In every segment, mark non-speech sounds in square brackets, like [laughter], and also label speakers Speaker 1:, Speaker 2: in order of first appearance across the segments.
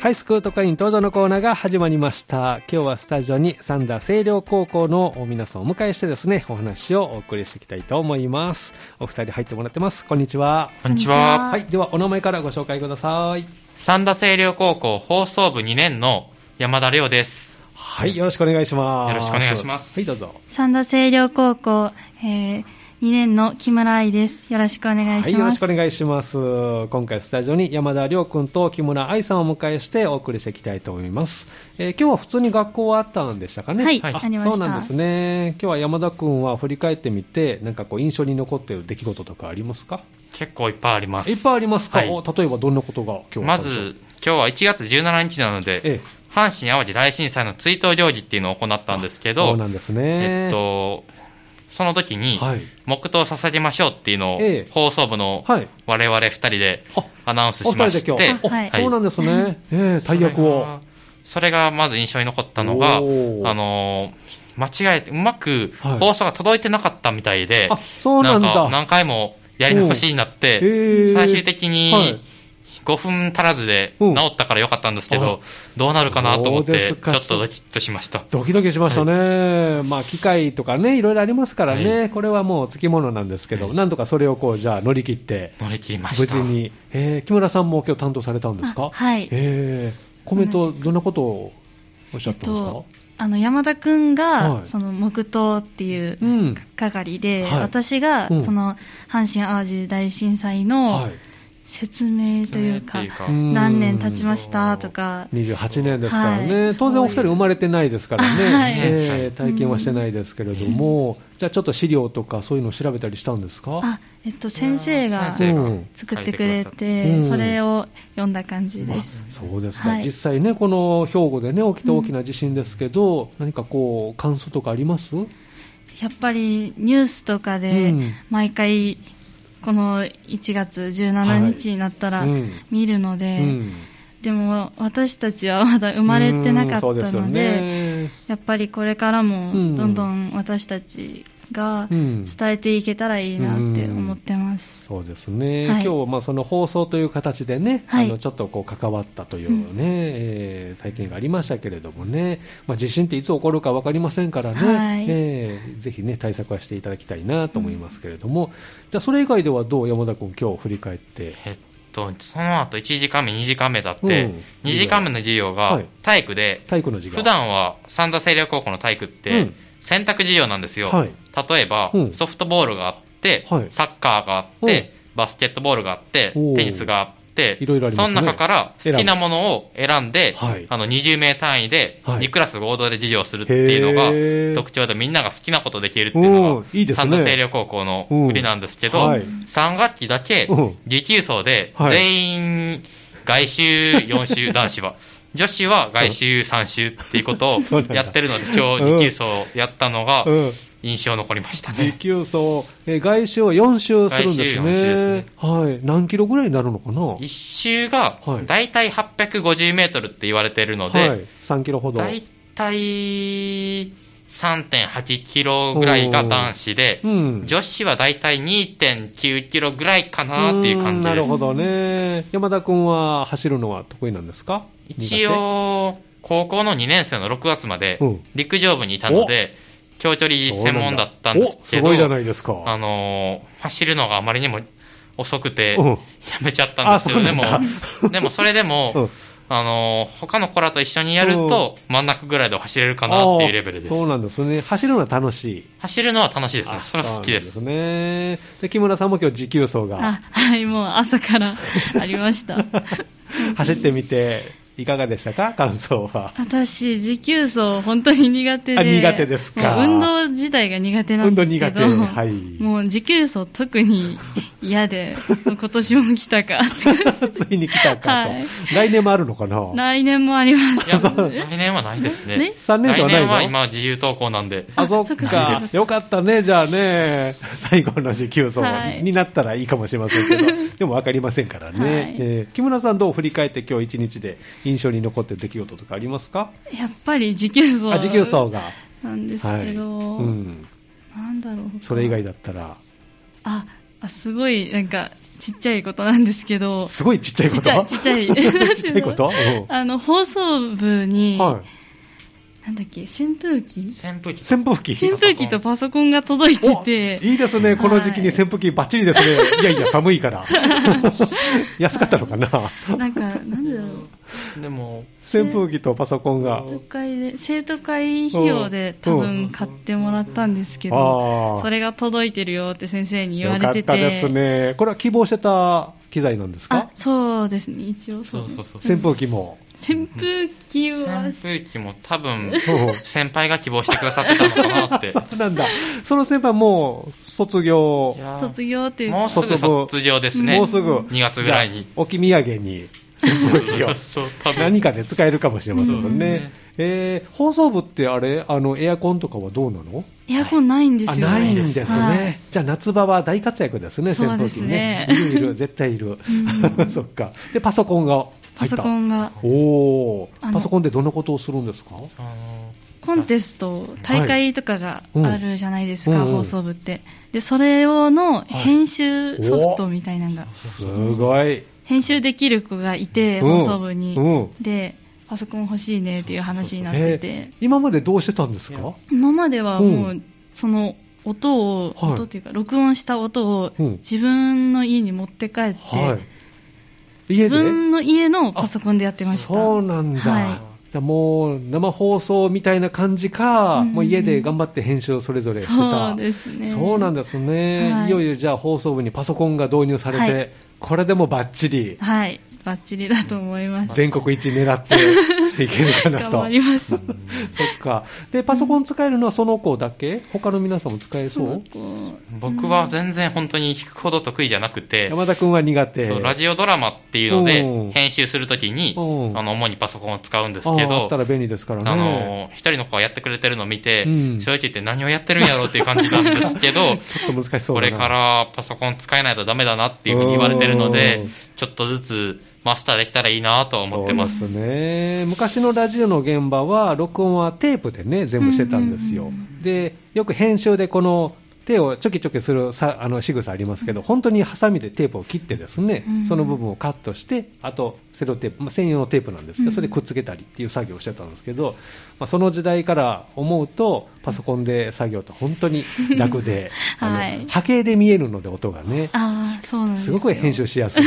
Speaker 1: はい、スクート会員登場のコーナーが始まりました。今日はスタジオに三田清涼高校の皆さんをお迎えしてですね、お話をお送りしていきたいと思います。お二人入ってもらってます。こんにちは。
Speaker 2: こんにちは。
Speaker 1: はい、ではお名前からご紹介ください。
Speaker 2: 三田清涼高校放送部2年の山田亮です。
Speaker 1: はい、よろしくお願いします。
Speaker 2: よろしくお願いします
Speaker 1: はい、どうぞ。
Speaker 3: 三田清涼高校、えー2年の木村愛です。よろしくお願い
Speaker 1: はい、
Speaker 3: し
Speaker 1: よろ
Speaker 3: ま
Speaker 1: し
Speaker 3: す。
Speaker 1: くお願いします。今回スタジオに山田亮君と木村愛さんをお迎えしてお送りしていきたいと思います。えー今日は普通に学校はあったんでしたかね。
Speaker 3: はい
Speaker 1: あ
Speaker 3: ありました
Speaker 1: そうなんですね。今日は山田君は振り返ってみて、なんかこう印象に残っている出来事とかありますか
Speaker 2: 結構いっぱいあります。
Speaker 1: いっぱいありますか、
Speaker 2: はい
Speaker 1: お例えばどんなことが今日はあ
Speaker 2: ま
Speaker 1: ったんでしょう
Speaker 2: ず、今日は1月17日なので、
Speaker 1: ええ
Speaker 2: 阪神・淡路大震災の追悼料理っていうのを行ったんですけ
Speaker 1: そう
Speaker 2: ど、
Speaker 1: なんですね。
Speaker 2: えっと、その時に、
Speaker 1: はい。
Speaker 2: 黙祷を捧げましょうっていうのを、
Speaker 1: ええ
Speaker 2: 放送部の
Speaker 1: はい。
Speaker 2: 我々2人で
Speaker 1: あ
Speaker 2: アナウンスしまして、
Speaker 1: お二人で今日、
Speaker 3: あはい
Speaker 1: おそうなんですね。ええ大役を。
Speaker 2: それがまず印象に残ったのが、あ
Speaker 1: おー
Speaker 2: のー間違えて、うまく
Speaker 1: はい
Speaker 2: 放送が届いてなかったみたいで、
Speaker 1: あ、そうなんだ。
Speaker 2: か何回もやり直しになって、
Speaker 1: ええ
Speaker 2: 最終的
Speaker 1: はい
Speaker 2: に5分足らずで
Speaker 1: うん
Speaker 2: 治ったからよかったんですけど、どうなるかなと思っ
Speaker 1: そうで
Speaker 2: て、ち
Speaker 1: す
Speaker 2: ょ
Speaker 1: か
Speaker 2: っとドキッとしました。
Speaker 1: ドキドキしましたね、まあ、機械とかね、いろいろありますからね、
Speaker 2: は
Speaker 1: これはもうつきものなんですけど、
Speaker 2: はい
Speaker 1: なんとかそれをこうじゃあ乗り切って、
Speaker 2: 乗り切りま
Speaker 1: 無
Speaker 2: した。
Speaker 1: 事に、えー木村さんも今日担当されたんですか、
Speaker 3: あはい
Speaker 1: えーコメント、どんなことをおっしゃったんですか、
Speaker 3: えっとあの山田くんが、
Speaker 1: はい
Speaker 3: その黙祷っていう
Speaker 1: うん、
Speaker 3: 係で、
Speaker 1: はい
Speaker 3: 私が、
Speaker 1: うん
Speaker 3: その阪神・淡路大震災
Speaker 1: は
Speaker 3: の
Speaker 1: い
Speaker 3: 説明というか、
Speaker 1: う
Speaker 2: 説明というん
Speaker 3: 何年経ちましたとか、
Speaker 1: 28年ですからね、
Speaker 3: はい
Speaker 1: 当然お二人生まれてないですからね、
Speaker 3: はい
Speaker 1: えー体験はしてないですけれども、じゃあちょっと資料とかそういうのを調べたりしたんですか
Speaker 3: あえっと、先生が
Speaker 2: 先生が
Speaker 1: うん
Speaker 3: 作ってくれ
Speaker 2: 書いて
Speaker 3: て、
Speaker 1: うん
Speaker 3: それを読んだ感じで
Speaker 1: あ
Speaker 3: す。
Speaker 1: そうですか、
Speaker 3: はい
Speaker 1: 実際ね、この兵庫でね、起きた大きな地震ですけど、何かこう、感想とかあります
Speaker 3: やっぱりニュースとかで
Speaker 1: うん
Speaker 3: 毎回この1月17日になったら
Speaker 1: はいうん
Speaker 3: 見るの
Speaker 1: う
Speaker 3: で、
Speaker 1: ん
Speaker 3: でも私たちはまだ生まれてなかった
Speaker 1: うんそうですよ
Speaker 3: ので、
Speaker 1: ね、
Speaker 3: やっぱりこれからも
Speaker 1: うん
Speaker 3: どんどん私たちが
Speaker 1: うん
Speaker 3: 伝えていけたらいいなって思ってます。
Speaker 1: そうですね、
Speaker 3: はい
Speaker 1: 今日まあその放送という形でね、
Speaker 3: はい
Speaker 1: あのちょっとこう関わったというね、
Speaker 3: うん
Speaker 1: えー体験がありましたけれどもね、まあ、地震っていつ起こるか分かりませんからね、
Speaker 3: はい
Speaker 1: えーぜひね、対策はしていただきたいなと思いますけれども、じゃあそれ以外ではどう、山田君、今日振り返って。
Speaker 2: えっと、その後1時間目、2時間目だって、
Speaker 1: うん
Speaker 2: 2時間目の授業
Speaker 1: は
Speaker 2: が
Speaker 1: い
Speaker 2: 体育で、
Speaker 1: 体育の時間
Speaker 2: 普段は三田清涼高校の体育っ
Speaker 1: う
Speaker 2: て
Speaker 1: ん
Speaker 2: 選択授業なんですよ、
Speaker 1: はい
Speaker 2: 例えば、
Speaker 1: うん
Speaker 2: ソフトボールがあって、
Speaker 1: はい
Speaker 2: サッカーがあって、バスケットボールがあって
Speaker 1: おー
Speaker 2: テニスがあって
Speaker 1: いろいろありますね
Speaker 2: その中から好きなものを選んで、
Speaker 1: はい
Speaker 2: あの20名単位で
Speaker 1: はい
Speaker 2: 2クラス合同で授業するっていう
Speaker 1: へー
Speaker 2: のが特徴でみんなが好きなことできるっていうの
Speaker 1: お
Speaker 2: が
Speaker 1: ーいいですね
Speaker 2: 三田清涼高校の売りなんですけど、
Speaker 1: うんはい
Speaker 2: 3学期だけ
Speaker 1: うん
Speaker 2: 持久走で
Speaker 1: はい
Speaker 2: 全員外周4周男
Speaker 1: [laughs]
Speaker 2: 子は女子は外周3周っていうことを
Speaker 1: そうなんだ
Speaker 2: やってるので今日
Speaker 1: うん
Speaker 2: 持久走をやったのが
Speaker 1: うん
Speaker 2: 印象残りました
Speaker 1: 持
Speaker 2: ね
Speaker 1: 久走、えー外周は4周するんですね。
Speaker 2: 外周四周ですね
Speaker 1: はい。何キロぐらいになるのかな
Speaker 2: 1周が
Speaker 1: はい
Speaker 2: だいたい850メートルって言われてるの
Speaker 1: はい
Speaker 2: で。
Speaker 1: 3キロほど。
Speaker 2: だいたい3.8キロぐらいが男子で
Speaker 1: うん
Speaker 2: 女子はだいたい2.9キロぐらいかなっていう感じ
Speaker 1: ーんな
Speaker 2: で
Speaker 1: る
Speaker 2: す
Speaker 1: ほどね。山田君は走るのは得意なんですか
Speaker 2: 一、応、高校の2年生の6月まで
Speaker 1: うん
Speaker 2: 陸上部にいたので、長距離
Speaker 1: 苦手
Speaker 2: 専門だったんですけど、
Speaker 1: おすごいじゃないですか。
Speaker 2: あのー走るのがあまりにも遅くて、
Speaker 1: うん
Speaker 2: やめちゃったんですけど、
Speaker 1: あ
Speaker 2: で
Speaker 1: そう
Speaker 2: も
Speaker 1: なんだ、
Speaker 2: でもそれでも、
Speaker 1: [laughs] うん
Speaker 2: あのー他の子らと一緒にやると、真ん中ぐらいで走れるかなっていうレベルです
Speaker 1: あー。そうなんですね。走るのは楽しい。
Speaker 2: 走るのは楽しいですね。
Speaker 1: あ
Speaker 2: それは好きです。
Speaker 1: そうなんですね。で、木村さんも今日持久走が
Speaker 3: あ、はい、もう朝からありました。
Speaker 1: 走ってみて、いかがでしたか感想は。
Speaker 3: 私、持久走、本当に苦手
Speaker 1: あ
Speaker 3: で、
Speaker 1: 苦手ですか
Speaker 3: もう運動自体が苦手なんですけど、
Speaker 1: 運動苦手はい
Speaker 3: もう持久走、特に
Speaker 1: [laughs]
Speaker 3: 嫌で、もう今年も来たかって感
Speaker 1: ついに来たかと。
Speaker 3: はい
Speaker 1: 来年もあるのかな
Speaker 3: じ、来年もありま
Speaker 2: いや、
Speaker 3: す。
Speaker 2: 来年はないですね
Speaker 3: ね。
Speaker 1: 三年生はないの
Speaker 2: 来年は今自由登校なんで。
Speaker 1: あ、そっ
Speaker 3: そっ
Speaker 1: か
Speaker 3: か。
Speaker 1: よかったね、じゃあ
Speaker 3: [laughs]
Speaker 1: ね。最後の持久走
Speaker 3: はい
Speaker 1: になったらいいかもしれませんけど、 [laughs] でも分かりませんからね、
Speaker 3: はい
Speaker 1: えー木村さんどう振り返って今日一日で印象に残ってる出来事とかありますか
Speaker 3: やっぱり持久走
Speaker 1: あ、持久走が。
Speaker 3: なんです
Speaker 1: は
Speaker 3: け
Speaker 1: い。
Speaker 3: ど、
Speaker 1: うん。
Speaker 3: なんだろう。
Speaker 1: それ以外だったら。
Speaker 3: あ、あすごい、なんか、ちっちゃいことなんですけど、
Speaker 1: すごいちっちゃい
Speaker 3: ち
Speaker 1: こ
Speaker 3: っち
Speaker 1: と
Speaker 3: ゃい、ちっちゃい。
Speaker 1: [laughs] ちっちゃいことう
Speaker 3: [laughs]
Speaker 1: ん
Speaker 3: あの、放送部に、
Speaker 1: は
Speaker 3: なんだっけ、扇風機
Speaker 2: 扇風
Speaker 1: い。
Speaker 2: 機
Speaker 1: 扇風機。
Speaker 3: 扇風機とパソコンが届い
Speaker 1: お
Speaker 3: てて、
Speaker 1: いいですね、この時期に
Speaker 3: はい
Speaker 1: 扇風機ばっちりですね、い、やいや、寒いから、 [laughs] 安かったのかな、
Speaker 3: なんか、なんだろう。
Speaker 2: でも
Speaker 1: 扇風機とパソコンが、
Speaker 3: 生徒会で生徒会費用で多分買ってもらったんですけど、
Speaker 1: あ
Speaker 3: それが届いてるよって先生に言わ
Speaker 1: よ
Speaker 3: れ
Speaker 1: かって
Speaker 3: て、
Speaker 1: たですね、これは希望してた機材なんです
Speaker 3: あ
Speaker 1: か、
Speaker 3: そうですね、一応そ
Speaker 2: そううそうそう
Speaker 1: 扇風機も、
Speaker 3: 扇風機は
Speaker 2: 扇、風機も多
Speaker 1: うん
Speaker 2: 分先輩が希望してくださってたのかなって
Speaker 1: そうなんだ、その先輩、もう卒業
Speaker 2: い、やー
Speaker 3: 卒業っていう
Speaker 2: もう
Speaker 3: か、
Speaker 2: すぐ卒業ですね
Speaker 1: もうすぐ、
Speaker 2: 2月ぐらいに
Speaker 1: じゃあ置き土産に扇風機を。
Speaker 2: [laughs] そう多分
Speaker 1: 何かで使えるかもしれませんもん
Speaker 2: そう
Speaker 1: ね
Speaker 2: で。
Speaker 1: えー放送部ってあれ、あの、エアコンとかはどうなの
Speaker 3: エアコンないんですよ。
Speaker 1: あないんですね、
Speaker 3: はい
Speaker 1: じゃあ夏場は大活躍ですね、
Speaker 3: そう
Speaker 1: 扇
Speaker 3: で
Speaker 1: 風
Speaker 3: す
Speaker 1: 機ね
Speaker 3: ね、
Speaker 1: いるい
Speaker 3: [laughs]
Speaker 1: る、絶対いる、 [laughs] そっか、でパソコンが
Speaker 3: パ
Speaker 1: 入っ
Speaker 3: ソ
Speaker 1: た、
Speaker 3: コンが、
Speaker 1: おー
Speaker 3: あの
Speaker 1: パソコンでどんなことをするんですか、
Speaker 2: あの
Speaker 3: コンテスト、大会とかがあるじゃないです
Speaker 1: は
Speaker 3: か、
Speaker 1: いうん
Speaker 3: 放送部って。で、それをの編集ソフトみたいなのが、
Speaker 1: すごい、
Speaker 3: 編集できる子がいて、
Speaker 1: うん
Speaker 3: 放送部に。
Speaker 1: うん
Speaker 3: で、パソコン欲しいねっていう話になってて
Speaker 1: えー、今までどうしてたんですか、
Speaker 3: 今まではも
Speaker 1: う
Speaker 3: う、その音を、
Speaker 1: はい
Speaker 3: 音っていうか、録音した音を
Speaker 1: うん
Speaker 3: 自分の家に持って帰って、
Speaker 1: はい、家で
Speaker 3: 自分の家のパソコンでやってました。
Speaker 1: そうなんだ、
Speaker 3: はい
Speaker 1: じゃあもう生放送みたいな感じか、
Speaker 3: うん
Speaker 1: もう家で頑張って編集をそれぞれしてた。
Speaker 3: そうですね。
Speaker 1: そうなん
Speaker 3: だ。
Speaker 1: ですね、
Speaker 3: はい
Speaker 1: い、よいよじゃあ放送部にパソコンが導入されて、
Speaker 3: はい
Speaker 1: これでもバッチリ
Speaker 3: はい。バッチリだと思います。
Speaker 1: 全国一狙っていけるかな
Speaker 3: 頑
Speaker 1: と
Speaker 3: 張ります。
Speaker 1: そっかでパソコン使えるのはその子だけ他の皆さんも
Speaker 3: [laughs]
Speaker 1: 使えそう
Speaker 3: こ
Speaker 2: 僕は全然本当に弾くほど得意じゃなくて、
Speaker 1: 山田君は苦手
Speaker 2: そうラジオドラマっていうので、
Speaker 1: うん
Speaker 2: 編集するときに、
Speaker 1: うん
Speaker 2: あの主にパソコンを使うんですけ
Speaker 1: あああ
Speaker 2: ど
Speaker 1: った、ら便利ですからね
Speaker 2: あの一人の子がやってくれてるのを見て、
Speaker 1: うん
Speaker 2: 正直言って何をやってるんやろうっていう感じなんですけど、
Speaker 1: ちょっと難し [laughs] そう
Speaker 2: こ
Speaker 1: だな
Speaker 2: れからパソコン使えないとダメだなっていうふうに言われて
Speaker 1: う
Speaker 2: るので
Speaker 1: ん、
Speaker 2: ちょっとずつマスターできたらいいなとは思ってま。
Speaker 1: そうですすね昔のラジオの現場は録音はテープでね全部してたんですよ、
Speaker 3: うんうんう
Speaker 1: でよく編集でこの手をちょきちょきするさあの仕草ありますけど、本当にハサミでテープを切ってですね、
Speaker 3: うん
Speaker 1: その部分をカットしてあとセロテープ、まあ、専用のテープなんですけど、
Speaker 3: うん
Speaker 1: それでくっつけたりっていう作業をしてたんですけど、まあ、その時代から思うとパソコンで作業って本当に楽で、あの
Speaker 3: はい
Speaker 1: 波形で見えるので音がね
Speaker 3: ああ、そうなんです
Speaker 1: す
Speaker 3: よ
Speaker 1: ごく編集しやすい、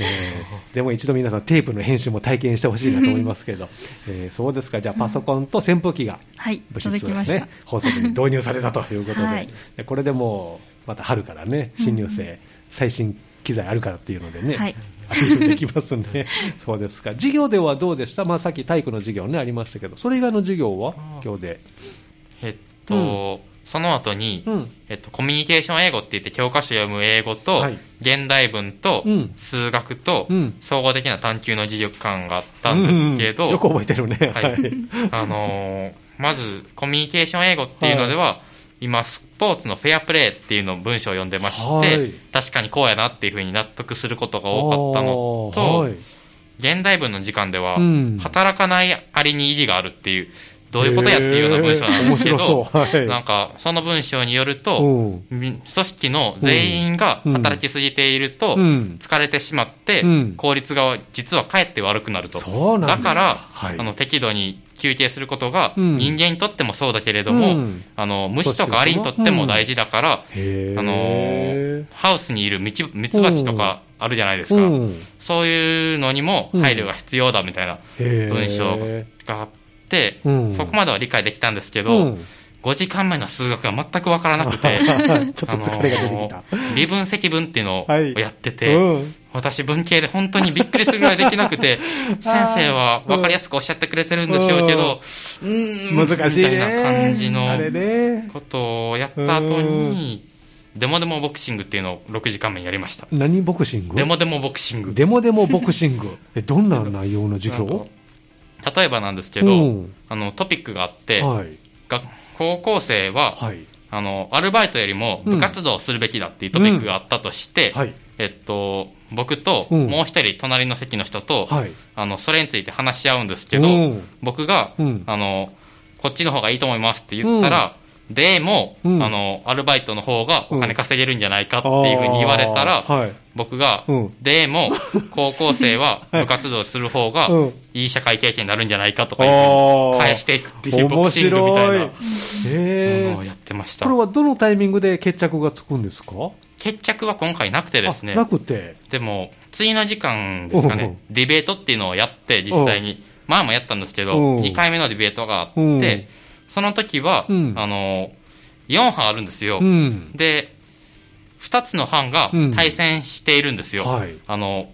Speaker 1: えーでも一度皆さんテープの編集も体験してほしいなと思いますけ
Speaker 3: [laughs]
Speaker 1: ど、えーそうですかじゃあパソコンと扇風機が
Speaker 3: はい、
Speaker 1: 部室
Speaker 3: 届きまし
Speaker 1: ね
Speaker 3: た。
Speaker 1: 放送部に導入されたということで、
Speaker 3: はい
Speaker 1: でこれでもうまた春からね新入生、
Speaker 3: う
Speaker 1: 最新機材あるからっていうのでね、
Speaker 3: はい
Speaker 1: アピールで [laughs] きますねそうですか授業ではどうでした、まあ、さっき体育の授業ねありましたけどそれ以外の授業は
Speaker 2: あー
Speaker 1: 今日で、
Speaker 2: えっと、その後に、
Speaker 1: うん
Speaker 2: えっと、コミュニケーション英語って言って教科書読む英語と、
Speaker 1: はい
Speaker 2: 現代文と、
Speaker 1: うん
Speaker 2: 数学と、
Speaker 1: うん
Speaker 2: 総合的な探究の自力感があったんですけど、
Speaker 1: うん
Speaker 2: [laughs]
Speaker 1: うんよく覚えてるね、
Speaker 2: は
Speaker 1: はい
Speaker 2: い、あのーまずコミュニケーション英語っていうのでは、今スポーツのフェアプレーっていうのを文章を読んでまして、
Speaker 1: はい
Speaker 2: 確かにこうやなっていうふうに納得することが多かったのと、
Speaker 1: あーはい
Speaker 2: 現代文の時間では、
Speaker 1: うん
Speaker 2: 働かないありに意義があるっていう、どういうことやっていうような文章なんですけ
Speaker 1: へー面白
Speaker 2: ど、
Speaker 1: そうはい
Speaker 2: なんか、その文章によると、
Speaker 1: うん
Speaker 2: み組織の全員が働きすぎていると、
Speaker 1: うん
Speaker 2: 疲れてしまって
Speaker 1: うん、
Speaker 2: 効率が実はかえって悪くなると。
Speaker 1: そうなんです
Speaker 2: だ
Speaker 1: か
Speaker 2: から、
Speaker 1: はい
Speaker 2: あの適度に休憩することが、
Speaker 1: うん
Speaker 2: 人間にとってもそうだけれど
Speaker 1: う
Speaker 2: も、
Speaker 1: ん
Speaker 2: あの虫とかアリにとっても大事だから、
Speaker 1: へー
Speaker 2: あのーハウスにいるミチミツバチとかあるじゃないですか、
Speaker 1: うん
Speaker 2: そういうのにも配慮が必要だみたいな
Speaker 1: へー
Speaker 2: 文章があって、
Speaker 1: うん
Speaker 2: そこまでは理解できたんですけど、
Speaker 1: うん
Speaker 2: 5時間前の数学が全くわからな
Speaker 1: [laughs]
Speaker 2: くて、
Speaker 1: ちょっと疲れが出てき
Speaker 2: あ
Speaker 1: た
Speaker 2: の。ー [laughs] 微分積分っていうのを
Speaker 1: はい
Speaker 2: やってて、
Speaker 1: うん
Speaker 2: 私文系で本当にびっくりするぐらいできなく
Speaker 1: [laughs]
Speaker 2: て、先生は分かりやすくおっしゃってくれてるんでしょうけど、うーん、
Speaker 1: 難しいね。
Speaker 2: みたいな感じの
Speaker 1: あれね。
Speaker 2: ことをやった後に、デモデモボクシングっていうのを6時間目にやりました。
Speaker 1: 何ボクシング
Speaker 2: デモデモボクシング。
Speaker 1: デモデモボクシング。え、どんな内容の授業
Speaker 2: なんか例えばなんですけ
Speaker 1: う
Speaker 2: ど
Speaker 1: ん、
Speaker 2: あのトピックがあって、
Speaker 1: はい。
Speaker 2: が高校生は、
Speaker 1: はい。
Speaker 2: あのアルバイトよりも部活動をするべきだっていうトピックがあったとして、
Speaker 1: はい。
Speaker 2: えっと、僕と
Speaker 1: うん
Speaker 2: もう一人隣の席の人と、
Speaker 1: はい。
Speaker 2: あのそれについて話し合うんですけど、
Speaker 1: うん
Speaker 2: 僕が、
Speaker 1: うん
Speaker 2: あのこっちの方がいいと思いますって言ったら、でも、
Speaker 1: うん
Speaker 2: あの、アルバイトの方がお金稼げるんじゃないかって
Speaker 1: あー
Speaker 2: いうふうに言われたら、
Speaker 1: はい。
Speaker 2: 僕が、
Speaker 1: うん
Speaker 2: でも、高校生は
Speaker 1: [laughs] はい
Speaker 2: 部活動する方が
Speaker 1: うん、
Speaker 2: いい社会経験になるんじゃないかとかいうふう
Speaker 1: あー
Speaker 2: に返していくっていうボ
Speaker 1: 面
Speaker 2: クシングみたい
Speaker 1: 白い
Speaker 2: な。
Speaker 1: へ
Speaker 2: ものをやってまし
Speaker 1: ー
Speaker 2: た
Speaker 1: これ。はどのタイミングで決着がつくんですか
Speaker 2: 決着は今回なくてですね
Speaker 1: あ、なくて。
Speaker 2: でも、次の時間ですか
Speaker 1: おうおう
Speaker 2: ね、ディベートっていうのをやって、実際に、前もやったんですけど、
Speaker 1: おう
Speaker 2: 2回目のディベートがあっ
Speaker 1: うん
Speaker 2: て、その時は、
Speaker 1: うん
Speaker 2: あの、4班あるんですよ。
Speaker 1: うん。
Speaker 2: で、2つの班が
Speaker 1: うん
Speaker 2: 対戦しているんですよ。
Speaker 1: はい
Speaker 2: あの、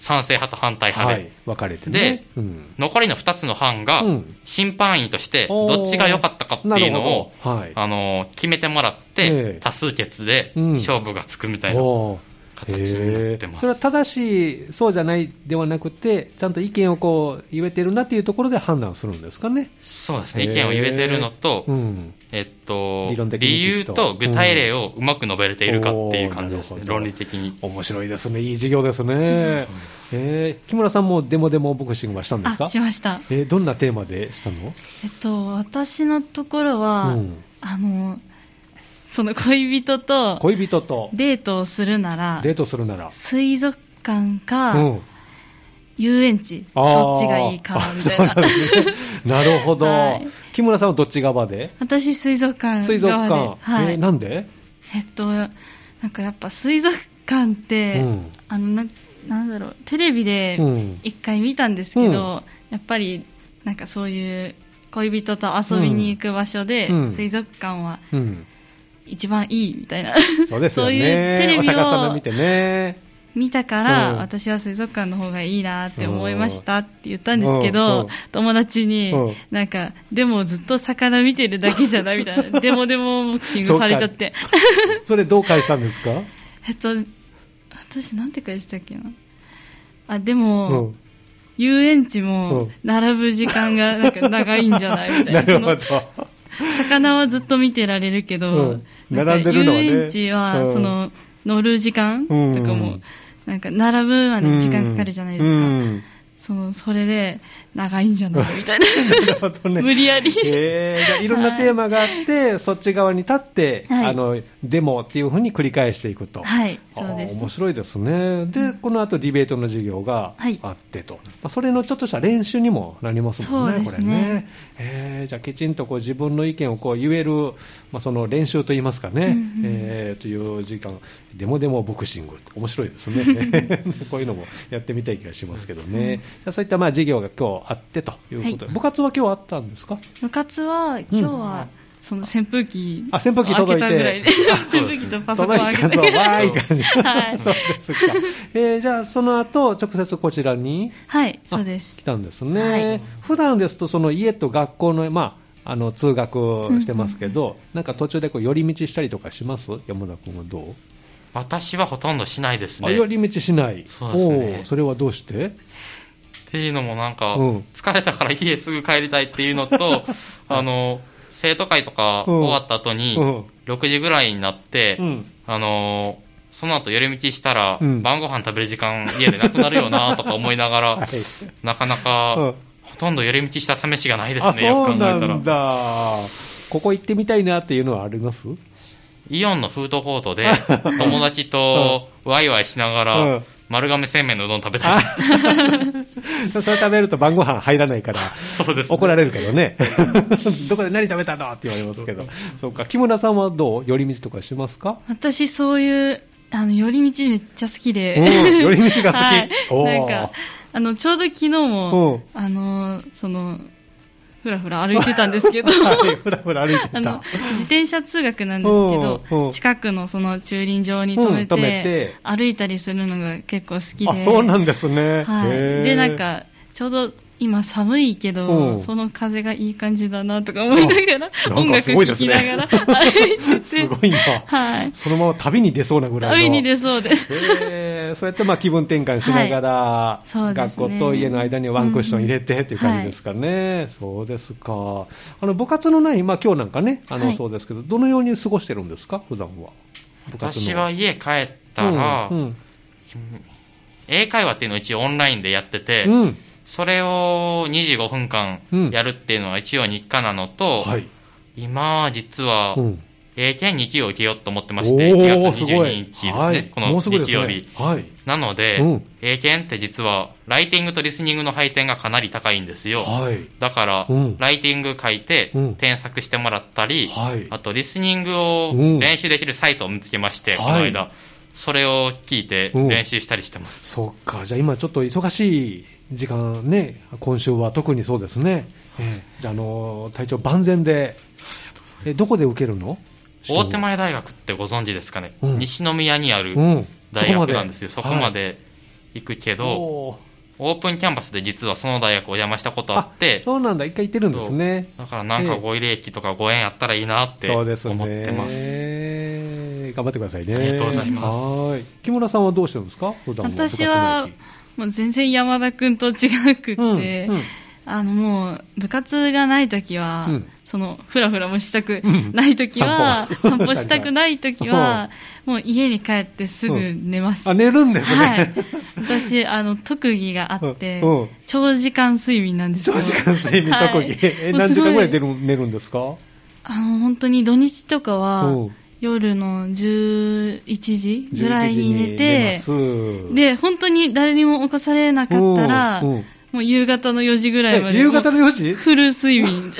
Speaker 2: 賛成派と反対派で。
Speaker 1: はい。分かれてね。うん
Speaker 2: 残りの2つの班が
Speaker 1: うん、
Speaker 2: 審判員として、
Speaker 1: おー
Speaker 2: どっちが良かったかって
Speaker 1: な
Speaker 2: いう
Speaker 1: る
Speaker 2: のを
Speaker 1: ほ、ど。はい。
Speaker 2: あの、決めてもらっ
Speaker 1: え
Speaker 2: て
Speaker 1: え、
Speaker 2: 多数決で
Speaker 1: うん
Speaker 2: 勝負がつくみたいな
Speaker 1: おー
Speaker 2: 形になって
Speaker 1: へー
Speaker 2: ます
Speaker 1: それ。は正しい、そうじゃないではなくて、ちゃんと意見をこう言えてるなっていうところで判断するんですかね。
Speaker 2: そうですね、意見を言えてるのと、
Speaker 1: うん、
Speaker 2: えっと
Speaker 1: 理論、的に
Speaker 2: 理由と具体例をうまく述べれているかっていう感じです
Speaker 1: うん
Speaker 2: ね、
Speaker 1: おー
Speaker 2: 論理的に。
Speaker 1: 面白いですね、いい授業ですね。えー木村さんもデモデモボクシングはしたんです
Speaker 3: あ、
Speaker 1: か
Speaker 3: しました。
Speaker 1: えーどんなテーマでしたの
Speaker 3: えっと、私のところは、
Speaker 1: うん
Speaker 3: あの、その恋人と
Speaker 1: 恋人と
Speaker 3: デートをするなら、
Speaker 1: デートするなら。
Speaker 3: 水族館
Speaker 1: う
Speaker 3: か
Speaker 1: ん
Speaker 3: 遊園地、
Speaker 1: あー
Speaker 3: どっちがいいか
Speaker 1: あ
Speaker 3: みたいな
Speaker 1: そう。んです
Speaker 3: [laughs]
Speaker 1: ねなるほど、
Speaker 3: はい
Speaker 1: 木村さんはどっち側で
Speaker 3: 私、水族館側で。
Speaker 1: 水族館、
Speaker 3: はい。
Speaker 1: えーなんで、
Speaker 3: えっと、なんかやっぱ水族館って、
Speaker 1: うん
Speaker 3: あのな、なんだろう、テレビで
Speaker 1: うん
Speaker 3: 一回見たんですけど、
Speaker 1: うん
Speaker 3: やっぱり、なんかそういう恋人と遊びに行く場所で、
Speaker 1: うん
Speaker 3: 水族館は
Speaker 1: うん、
Speaker 3: 一番いいみたいな、
Speaker 1: そうですよね。
Speaker 3: そういうテレビを
Speaker 1: お魚さん見て
Speaker 3: [laughs]
Speaker 1: ね。
Speaker 3: 見たから、
Speaker 1: うん
Speaker 3: 私は水族館の方がいいなって思いましたって言ったんですけ
Speaker 1: うんうん
Speaker 3: ど、友達に、
Speaker 1: うん
Speaker 3: なんか、でもずっと魚見てるだけじゃないみた
Speaker 1: [laughs]
Speaker 3: いな、でもでもボクシングされちゃって。
Speaker 1: それどう返したんですか
Speaker 3: [laughs] えっと、私なんて返したっけな。あ、でも、
Speaker 1: うん
Speaker 3: 遊園地も並ぶ時間がなんか長いんじゃないみたい
Speaker 1: [laughs]
Speaker 3: な。
Speaker 1: なるほど
Speaker 3: そ。の魚はずっと見てられるけど、
Speaker 1: うん
Speaker 3: なんか
Speaker 1: 並んでるのはね
Speaker 3: 遊園地は、
Speaker 1: うん
Speaker 3: その、乗る時間とか
Speaker 1: う
Speaker 3: も
Speaker 1: ん、
Speaker 3: なんか並ぶまで時間かかるじゃないです
Speaker 1: う
Speaker 3: か。
Speaker 1: ん
Speaker 3: その、それで、長いんじゃないみたいな。
Speaker 1: なるほどね。
Speaker 3: 無理やり。
Speaker 1: えーじゃあいろんなテーマがあって、そっち側に立って、
Speaker 3: はい
Speaker 1: あのデモっていうふうに繰り返していくと、
Speaker 3: はい、そうで
Speaker 1: [laughs] あー
Speaker 3: す
Speaker 1: 面。白いですね、でこの後ディベートの授業が
Speaker 3: はい
Speaker 1: あってと、まあそれのちょっとした練習にもなりますもんね、
Speaker 3: そう
Speaker 1: こ
Speaker 3: で
Speaker 1: れ
Speaker 3: すね
Speaker 1: ね、えーじゃあ、きちんとこう自分の意見をこう言える、まあ、その練習といいますかね、
Speaker 3: うんうん
Speaker 1: えーという時間、デモデモボクシング、面白いですね、
Speaker 3: [laughs]
Speaker 1: [laughs] こういうのもやってみたい気がしますけどね、じゃあそういったまあ授業が今日あってということで、
Speaker 3: はい
Speaker 1: 部活は今日あったんですか
Speaker 3: 部活は、今日は、その扇風機
Speaker 1: あ扇風機届いて
Speaker 3: 開けたぐらいで、 [laughs] 扇風機とパソコン開けて。
Speaker 1: 届いたぞ、わーい感じ。
Speaker 3: は
Speaker 1: [laughs]
Speaker 3: い
Speaker 1: そうですか。えーじゃあ、その後、直接こちらに
Speaker 3: はい、
Speaker 1: あ
Speaker 3: そうです。
Speaker 1: 来たんですね。
Speaker 3: はい
Speaker 1: 普段ですと、その家と学校の、まあ、あの通学してますけど、なんか途中でこう寄り道したりとかします山田君はどう、
Speaker 2: 私はほとんどしないです
Speaker 1: あ
Speaker 2: ね。
Speaker 1: 寄
Speaker 2: っ
Speaker 1: り道しない。
Speaker 2: そうですね
Speaker 1: おーそれはどうして
Speaker 2: ていうのもなんか
Speaker 1: うん、
Speaker 2: 疲れたから家すぐ帰りたいっていうの
Speaker 1: [laughs]
Speaker 2: と、あの、生徒会とか
Speaker 1: うん
Speaker 2: 終わった後に、6時ぐらいになって、
Speaker 1: うん
Speaker 2: あのーその後寄り道したら、
Speaker 1: うん
Speaker 2: 晩ご飯食べる時間家でなくなるよなとか思いながら、
Speaker 1: [laughs] はい
Speaker 2: なかな
Speaker 1: う
Speaker 2: か
Speaker 1: ん、
Speaker 2: ほとんど寄り道した試しがないで
Speaker 1: あ、
Speaker 2: すね、よ
Speaker 1: そ
Speaker 2: く考
Speaker 1: う
Speaker 2: え
Speaker 1: な
Speaker 2: た
Speaker 1: ん
Speaker 2: ら。
Speaker 1: だ。ここ行ってみたいなっていうのはあります
Speaker 2: イオンのフードコー
Speaker 1: [laughs]
Speaker 2: トで、友達とワイワイしなが
Speaker 1: うん
Speaker 2: ら、丸亀製麺のうどん食べたいです。
Speaker 1: [laughs] それ食べると晩ご飯入らないから、
Speaker 2: [laughs] そうです、
Speaker 1: 怒られるけどね、 [laughs] どこで何食べたのって言われますけど、そうか、木村さんはどう寄り道とかしますか
Speaker 3: 私、そういう、あの、寄り道めっちゃ好きで。
Speaker 1: うん寄り道が好き
Speaker 3: はい
Speaker 1: おー
Speaker 3: なんか、あの、ちょうど昨日も、あの、その、ふらふら歩いてたんですけど、
Speaker 1: はいふらふ [laughs] ら歩いて
Speaker 3: あ
Speaker 1: た
Speaker 3: の。自転車通学なんですけ
Speaker 1: うんうん
Speaker 3: ど、近くのその駐輪場に止めて,、
Speaker 1: うん止めて
Speaker 3: 歩いたりするのが結構好きで、
Speaker 1: あ、そうなんですね。
Speaker 3: はい、
Speaker 1: へー
Speaker 3: で、なん、か、ちょうど今寒いけ
Speaker 1: う
Speaker 3: ど、
Speaker 1: ん
Speaker 3: その風がいい感じだなとか思いなが
Speaker 1: あ
Speaker 3: ら、
Speaker 1: なん
Speaker 3: 音
Speaker 1: か
Speaker 3: 楽
Speaker 1: すごいで
Speaker 3: 聴
Speaker 1: す
Speaker 3: き
Speaker 1: ね
Speaker 3: ながら歩いて
Speaker 1: [laughs]
Speaker 3: て、
Speaker 1: すごいな。
Speaker 3: はい。
Speaker 1: そのまま旅に出そうなぐらいの。
Speaker 3: 旅に出そうです。
Speaker 1: へーそうやってまあ気分転換しながら、
Speaker 3: いそうですね
Speaker 1: 学校と家の間にワンクッション入れてっていう感じですかね、そうですかあの部活のない、まあ、今日なんかねあの、
Speaker 3: はい
Speaker 1: そうですけどどのように過ごしてるんですか普段は部活の
Speaker 2: 私は家帰ったら、
Speaker 1: うん
Speaker 2: 英会話っていうのを一応オンラインでやってて、
Speaker 1: うんうん
Speaker 2: それを25分間
Speaker 1: うん
Speaker 2: やるっていうのは一応日課なのと、
Speaker 1: はい
Speaker 2: 今、実は
Speaker 1: う、ん。
Speaker 2: 英検2級を受けようと思って
Speaker 1: お
Speaker 2: まして、1
Speaker 1: ー
Speaker 2: 月22日ですね、
Speaker 1: はい
Speaker 2: こ
Speaker 1: も
Speaker 2: の
Speaker 1: うすぐで
Speaker 2: 日
Speaker 1: す
Speaker 2: 曜
Speaker 1: ね
Speaker 2: 日。。
Speaker 1: はい。
Speaker 2: なので、
Speaker 1: うん
Speaker 2: 英検って実は、ライティングとリスニングの配点がかなり高いんですよ。
Speaker 1: はい。
Speaker 2: だから、
Speaker 1: うん
Speaker 2: ライティング書いて
Speaker 1: うん、
Speaker 2: 添削してもらったり、
Speaker 1: はい
Speaker 2: あと、リスニングを
Speaker 1: うん
Speaker 2: 練習できるサイトを見つけまして、
Speaker 1: はい
Speaker 2: この間、それを聞いて
Speaker 1: うん
Speaker 2: 練習したりしてます。
Speaker 1: そっか、じゃあ今ちょっと忙しい時間ね、今週は特にそうですね。ええじゃあ、あのー体調万全で。え、どこで受けるの
Speaker 2: 大手。前大学ってご存知ですかね、
Speaker 1: うん
Speaker 2: 西宮にある
Speaker 1: うん。
Speaker 2: 大学なんですよ。そこま
Speaker 1: はい
Speaker 2: で行くけど、
Speaker 1: おー
Speaker 2: オープンキャンパスで実はその大学お邪魔したことあって、
Speaker 1: そうなんだ、一回行ってるんですね。
Speaker 2: だからなんかご慰霊期とかご縁あったらいいなって
Speaker 1: そ
Speaker 2: 思
Speaker 1: うですね。
Speaker 2: ってます。
Speaker 1: 頑張ってくださいね。
Speaker 2: ありがとうございます
Speaker 1: はい。木村さんはどうしてるんですか普段お忙しい
Speaker 3: 私は
Speaker 1: 時、
Speaker 3: もう全然山田くんと違くって、
Speaker 1: うんうん
Speaker 3: あのもう部活がない時は、
Speaker 1: うん
Speaker 3: そのふらふらもしたく
Speaker 1: うん
Speaker 3: ない時は、
Speaker 1: 散歩
Speaker 3: 散歩したくない時は、もう家に帰ってすぐ寝ます。
Speaker 1: あ、寝るんですね。
Speaker 3: はい。私、あの、特技があって、
Speaker 1: うんうん
Speaker 3: 長時間睡眠なんですよ。
Speaker 1: 長時間睡眠特技。え、何時間ぐらい寝
Speaker 3: の
Speaker 1: る寝るんですか
Speaker 3: あの、本当に土日とかは
Speaker 1: うん、
Speaker 3: 夜の11時ぐらいに寝
Speaker 1: 11
Speaker 3: て、
Speaker 1: 時に寝ます、
Speaker 3: で、本当に誰にも起こされなかったら、
Speaker 1: うんうん
Speaker 3: もう夕方の4時ぐらいま
Speaker 1: え
Speaker 3: で。
Speaker 1: 夕方の4時
Speaker 3: フル睡眠。 [laughs]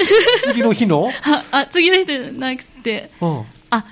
Speaker 1: 次の日の、
Speaker 3: あ、あ次の日じゃなくて、
Speaker 1: うん
Speaker 3: あ、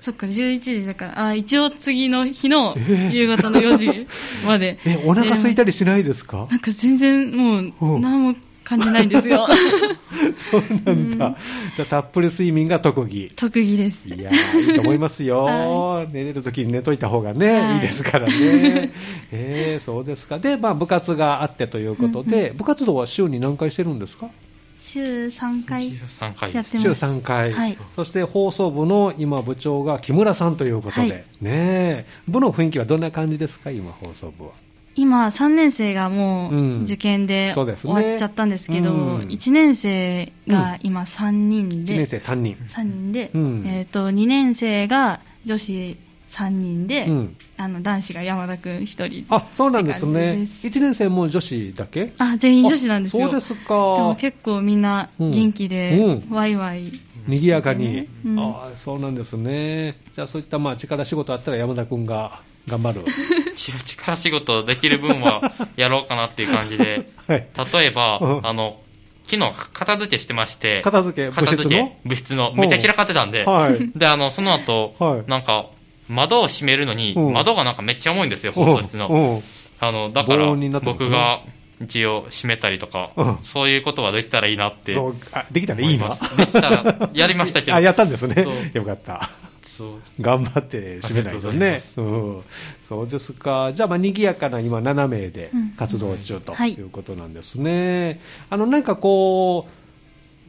Speaker 3: そっか、11時だから、あ、一応次の日の
Speaker 1: ええ。
Speaker 3: 夕方の4時まで
Speaker 1: [laughs] え、お腹空いたりしないですか
Speaker 3: なんか全然も
Speaker 1: う
Speaker 3: うん何も感じないんですよ。 [laughs]
Speaker 1: そうなんだ。じゃあ、たっぷり睡眠が特技。
Speaker 3: 特技です。
Speaker 1: いやー、いいと思いますよ。
Speaker 3: [laughs] は
Speaker 1: 寝れる時に寝といた方がね、
Speaker 3: はい
Speaker 1: い、いですからね。えー、そうですか。で、まあ、部活があってということで、部活動は週に何回してるんですか
Speaker 3: 週3回
Speaker 2: 13回
Speaker 3: や
Speaker 2: で
Speaker 3: っ
Speaker 2: す。
Speaker 3: て
Speaker 1: 週
Speaker 3: ます。
Speaker 1: 3回、
Speaker 3: はい
Speaker 1: そして放送部の今部長が木村さんということで、
Speaker 3: はい
Speaker 1: ねえ部の雰囲気はどんな感じですか今放送部は
Speaker 3: 今、3年生がも
Speaker 1: うん
Speaker 3: う受験で
Speaker 1: そう
Speaker 3: 終
Speaker 1: ですね
Speaker 3: わっちゃったんですけど、
Speaker 1: うん
Speaker 3: 1年生が今3人
Speaker 1: 1
Speaker 3: で、
Speaker 1: 年生3人、
Speaker 3: 3人で、
Speaker 1: うん
Speaker 3: えっ、と、2年生が女子3人で、
Speaker 1: うん
Speaker 3: あの、男子が山田くん1人。
Speaker 1: あそうなんです
Speaker 3: って
Speaker 1: ね
Speaker 3: 感じ
Speaker 1: 1年生も女子だけ
Speaker 3: あ、全員女子なんですよ。
Speaker 1: あそうですか
Speaker 3: でも結構みんな元気で、
Speaker 1: うん
Speaker 3: ワイワイ。
Speaker 1: 賑やかに、
Speaker 3: うん
Speaker 1: ああそうなんですねじゃあそういったまあ力仕事あったら山田君が頑張る
Speaker 2: [laughs] 一応力仕事できる
Speaker 1: [laughs]
Speaker 2: 分はやろうかなっていう感じで、
Speaker 1: はい
Speaker 2: 例えば
Speaker 1: う、ん
Speaker 2: あの、昨日片付けしてまして、
Speaker 1: 片付け
Speaker 2: 片付
Speaker 1: 部室の
Speaker 2: け、部室の、めっちゃ散らかってたんで、
Speaker 1: はい
Speaker 2: で、あの、その後、
Speaker 1: はい
Speaker 2: なんか、窓を閉めるのに、
Speaker 1: うん
Speaker 2: 窓がなんかめっちゃ重いんですよ、放送室の。
Speaker 1: うんうん
Speaker 2: あの、だから、
Speaker 1: 防音になってますね
Speaker 2: 僕が一応閉めたりとか、
Speaker 1: うん
Speaker 2: そういうことはできたらいいなって。
Speaker 1: そうあできたらいいな
Speaker 2: 思いますできたらやりましたけど
Speaker 1: [laughs] あやったんですね
Speaker 2: そう
Speaker 1: よかった
Speaker 2: そう
Speaker 1: 頑張って締めないと
Speaker 2: ありがとうござい
Speaker 1: ね
Speaker 2: ま。
Speaker 1: うんそうですか。じゃあ、まあ、賑やかな今7名で
Speaker 3: うん
Speaker 1: 活動中と
Speaker 3: はい
Speaker 1: いうことなんですね。あの、なんかこう、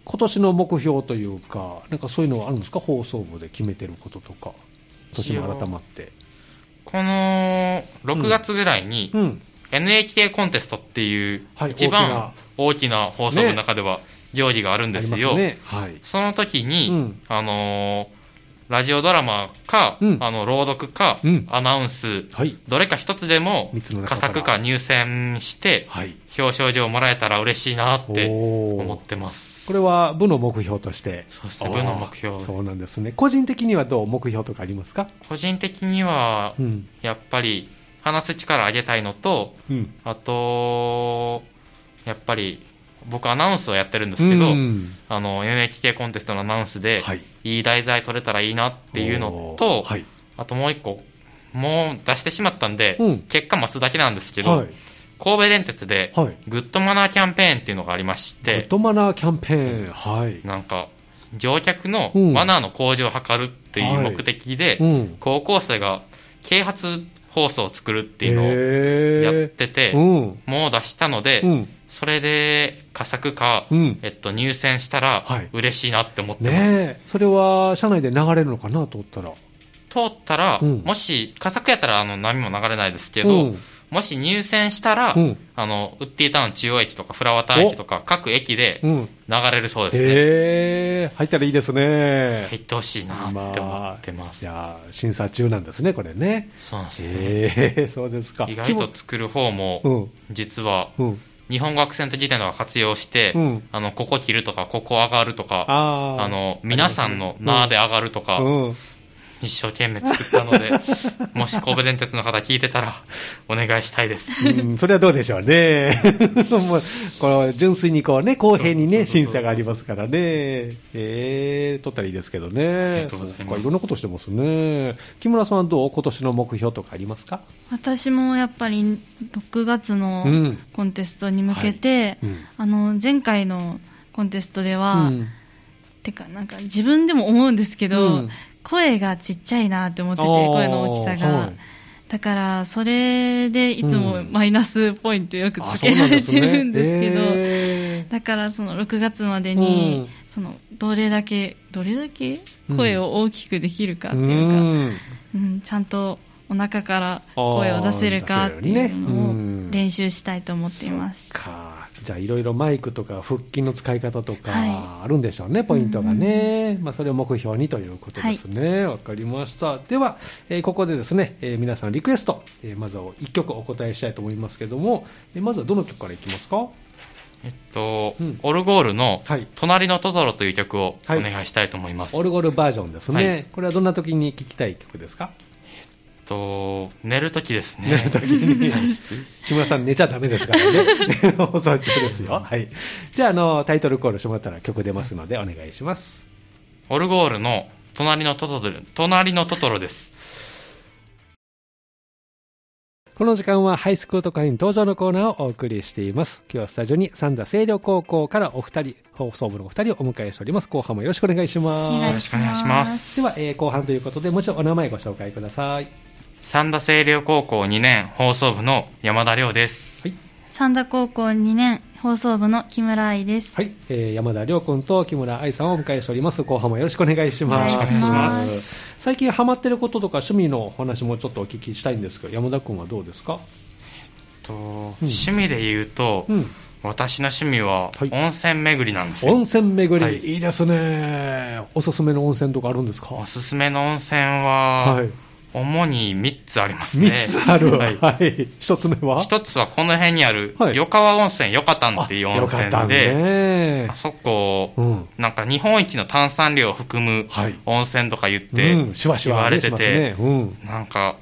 Speaker 1: 今年の目標というか、なんかそういうのはあるんですか放送部で決めてることとか。今年も改まって。
Speaker 2: この6月ぐらいに
Speaker 1: う、ん。
Speaker 2: NHK コンテストっていう
Speaker 1: はい、
Speaker 2: 一番大きな放送部の中では料理があるんで
Speaker 1: ありますす
Speaker 2: よ。
Speaker 1: ね。はい。
Speaker 2: その時に、
Speaker 1: うん
Speaker 2: あのーラジオドラマか、
Speaker 1: うん
Speaker 2: あの、朗読か、
Speaker 1: うん
Speaker 2: アナウンス、
Speaker 1: はい。
Speaker 2: どれか一つでも
Speaker 1: 三つの、中
Speaker 2: 佳
Speaker 1: から
Speaker 2: 作か入選して、
Speaker 1: はい。
Speaker 2: 表彰状もらえたら嬉しいなって
Speaker 1: おー
Speaker 2: 思ってます。
Speaker 1: これは部の目標として。
Speaker 2: そうですね部の目標
Speaker 1: あーそうなんですね。個人的にはどう目標とかありますか
Speaker 2: 個人的には
Speaker 1: う、ん。
Speaker 2: やっぱり、話す力上げたいのと、
Speaker 1: うん。
Speaker 2: あと、やっぱり、僕アナウンスをやってるんですけど、
Speaker 1: うん
Speaker 2: あの、NHK コンテストのアナウンスで、
Speaker 1: はい
Speaker 2: い、い題材取れたらいいなっていうのと、
Speaker 1: おーはい。
Speaker 2: あともう一個、もう出してしまったんで、
Speaker 1: うん
Speaker 2: 結果待つだけなんですけど、
Speaker 1: はい。
Speaker 2: 神戸電鉄で、
Speaker 1: はい
Speaker 2: グッドマナーキャンペーンっていうのがありまし
Speaker 1: グッ
Speaker 2: て、
Speaker 1: ドマナーキャンペーン、はい。
Speaker 2: なんか、乗客の
Speaker 1: うん
Speaker 2: マナーの向上を図るっていう目的で、
Speaker 1: うん
Speaker 2: 高校生が啓発放送を作るっていうのを
Speaker 1: へー
Speaker 2: やってて、
Speaker 1: うん。
Speaker 2: もう出したので、
Speaker 1: うん。
Speaker 2: それで佳作か、
Speaker 1: うん
Speaker 2: えっと、入選したら
Speaker 1: はい
Speaker 2: 嬉しいなって思ってます。
Speaker 1: ねえ、それは社内で流れるのかなと思ったら。
Speaker 2: 通ったら、
Speaker 1: うん
Speaker 2: もし佳作やったらあの波も流れないですけ
Speaker 1: う
Speaker 2: ど、
Speaker 1: ん
Speaker 2: もし入選したら、
Speaker 1: うん
Speaker 2: あのウッディタウン中央駅とかフラワタ駅とか各駅で
Speaker 1: う
Speaker 2: 流
Speaker 1: ん。
Speaker 2: れるそうですね、
Speaker 1: へえ、入ったらいいですね。
Speaker 2: 入ってほしいなって思ってます、
Speaker 1: まあいや、審査中なんですね、これね。 [laughs]
Speaker 2: そうなんですよね、
Speaker 1: へえ、そうですか。
Speaker 2: 意外と作る方も、
Speaker 1: うん
Speaker 2: 実は
Speaker 1: うん。
Speaker 2: 日本語アクセント辞典とか活用して、
Speaker 1: うん
Speaker 2: あの、ここ切るとか、ここ上がるとか、
Speaker 1: あ
Speaker 2: あ
Speaker 1: ー
Speaker 2: の、皆さんの
Speaker 1: ありま
Speaker 2: な
Speaker 1: す
Speaker 2: ーで上がるとか、
Speaker 1: うん
Speaker 2: 一生懸命作ったの
Speaker 1: [laughs]
Speaker 2: で、もし神戸電鉄の方聞いてたら、お願いしたいです。
Speaker 1: うん、それはどうでしょうね。 [laughs] もうこの純粋にこうね、公平にね、審査がありますからね。えー、取ったらいいですけどね。
Speaker 2: ありがとうございます
Speaker 1: そっかろんなことしてますね。木村さんはどう今年の目標とかありますか
Speaker 3: 私もやっぱり6月の
Speaker 1: うん
Speaker 3: コンテストに向けて、
Speaker 1: はいうん
Speaker 3: あの前回のコンテストで
Speaker 1: う
Speaker 3: は、
Speaker 1: ん。
Speaker 3: てかなんか自分でも思うんですけど、
Speaker 1: うん
Speaker 3: 声がちっちゃいなって思ってて
Speaker 1: あー
Speaker 3: 声の大きさが、
Speaker 1: はい
Speaker 3: だからそれでいつもマイナスポイントよくつけられてるんですけど、
Speaker 1: け
Speaker 3: だからその6月までに、
Speaker 1: うん
Speaker 3: そのどれだけどれだけ声を大きくできるかって
Speaker 1: う
Speaker 3: いうか、
Speaker 1: ん。
Speaker 3: うん、ちゃんとお腹から声を出せるかっていう
Speaker 1: あー出せるようにね
Speaker 3: の
Speaker 1: うん
Speaker 3: を練習したいと思っています。
Speaker 1: かじゃあいろいろマイクとか腹筋の使い方と
Speaker 3: は
Speaker 1: かあるんでしょうね、ポイントがね、まあ、それを目標にということですねわ、かりましたでは、えーここでですね、えー皆さんリクエスト、えーまずは1曲お答えしたいと思いますけども、えーまずはどの曲からいきますか
Speaker 2: えっと、
Speaker 1: うん
Speaker 2: オルゴールの
Speaker 1: はい
Speaker 2: 「隣のトトロ」という曲をお
Speaker 1: はい
Speaker 2: 願いしたいと思います、
Speaker 1: オルゴールバージョンですね、
Speaker 2: はい
Speaker 1: これはどんな時に聴きたい曲ですか、
Speaker 2: えっと寝るときですね
Speaker 1: 寝る時に木村さん寝ちゃダメですから
Speaker 3: [laughs]
Speaker 1: ね放送中ですよ、はい、じゃああのタイトルコールしてもらったら曲出ますのでお願いします
Speaker 2: [laughs] オルゴールの隣のトトロ隣のトトロです。
Speaker 1: この時間はハイスクール特派員登場のコーナーをお送りしています。今日はスタジオに三田清涼高校からお二人、放送部のお二人をお迎えしております。後半もよろしくお願いし
Speaker 3: お
Speaker 1: ま
Speaker 3: 願
Speaker 2: よろ
Speaker 3: い
Speaker 1: す。
Speaker 2: しくお願いします。
Speaker 1: では、えー後半ということで、もう一度お名前ご紹介ください。
Speaker 2: 三田清涼高校2年放送部の山田亮です。
Speaker 1: はい。
Speaker 3: 三田高校2年放送部の木村愛です。
Speaker 1: はい。えー山田亮君と木村愛さんをお迎えしております。後半もよろしくお願いします。。
Speaker 3: よろしくお願いします
Speaker 1: 最近ハマってることとか趣味のお話もちょっとお聞きしたいんですけど、山田君はどうですか
Speaker 2: えっと趣味で言うと、
Speaker 1: うん。
Speaker 2: 私の趣味は
Speaker 1: はい
Speaker 2: 温泉巡りなんですよ。
Speaker 1: 温泉巡り、
Speaker 2: はい
Speaker 1: い、いですね。おすすめの温泉とかあるんですか
Speaker 2: おすすめの温泉は、
Speaker 1: はい。
Speaker 2: 主に3つありますね。
Speaker 1: 3つある。
Speaker 2: は
Speaker 1: はいい。1つ目は
Speaker 2: 一つはこの辺にある、
Speaker 1: はい
Speaker 2: 横川温泉よかたんっていう温
Speaker 1: よか
Speaker 2: 泉
Speaker 1: った
Speaker 2: で、
Speaker 1: ね
Speaker 2: あ。そこ、
Speaker 1: うん。
Speaker 2: なんか日本一の炭酸量を含む
Speaker 1: はい
Speaker 2: 温泉とか言って、
Speaker 1: うん、しわしわ
Speaker 2: 言われ
Speaker 1: ね
Speaker 2: て
Speaker 1: します
Speaker 2: て
Speaker 1: ね。うん。
Speaker 2: なんか、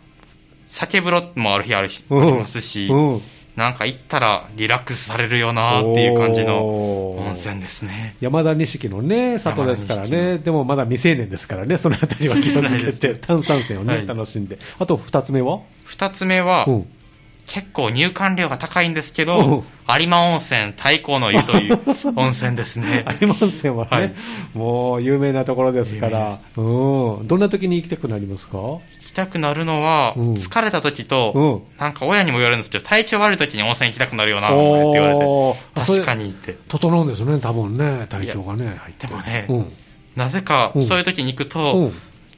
Speaker 2: 酒風呂もある日あるし、
Speaker 1: うん
Speaker 2: ありますし、
Speaker 1: うん。
Speaker 2: なんか行ったらリラックスされるよなーっていう感じの
Speaker 1: おー
Speaker 2: 温泉ですね。
Speaker 1: 山田錦のね、里ですから
Speaker 2: 山田
Speaker 1: ね。でもまだ未成年ですからね、そのあたりは気をつけて、炭酸泉をね、
Speaker 2: はい
Speaker 1: 楽しんで。あと二つ目は
Speaker 2: 二つ目は、
Speaker 1: うん。
Speaker 2: 結構入館料が高いんですけ
Speaker 1: う
Speaker 2: ど、有馬温泉太鼓の湯という温泉です
Speaker 1: [laughs]
Speaker 2: ね。
Speaker 1: 有馬温泉はね、
Speaker 2: はい
Speaker 1: もう有名なところですから。うん。どんな時に行きたくなりますか
Speaker 2: 行きたくなるのは、
Speaker 1: うん
Speaker 2: 疲れた時
Speaker 1: う
Speaker 2: と、
Speaker 1: ん。
Speaker 2: なんか親にも言われるんですけど、体調悪い時に温泉行きたくなるよなーって言われて、
Speaker 1: おーあそれ
Speaker 2: 確かにって。
Speaker 1: 整うんですよね、多分ね、体調がね。
Speaker 2: でもね、
Speaker 1: うん。
Speaker 2: なぜか
Speaker 1: うん
Speaker 2: そういう時に行く
Speaker 1: う
Speaker 2: と
Speaker 1: ん、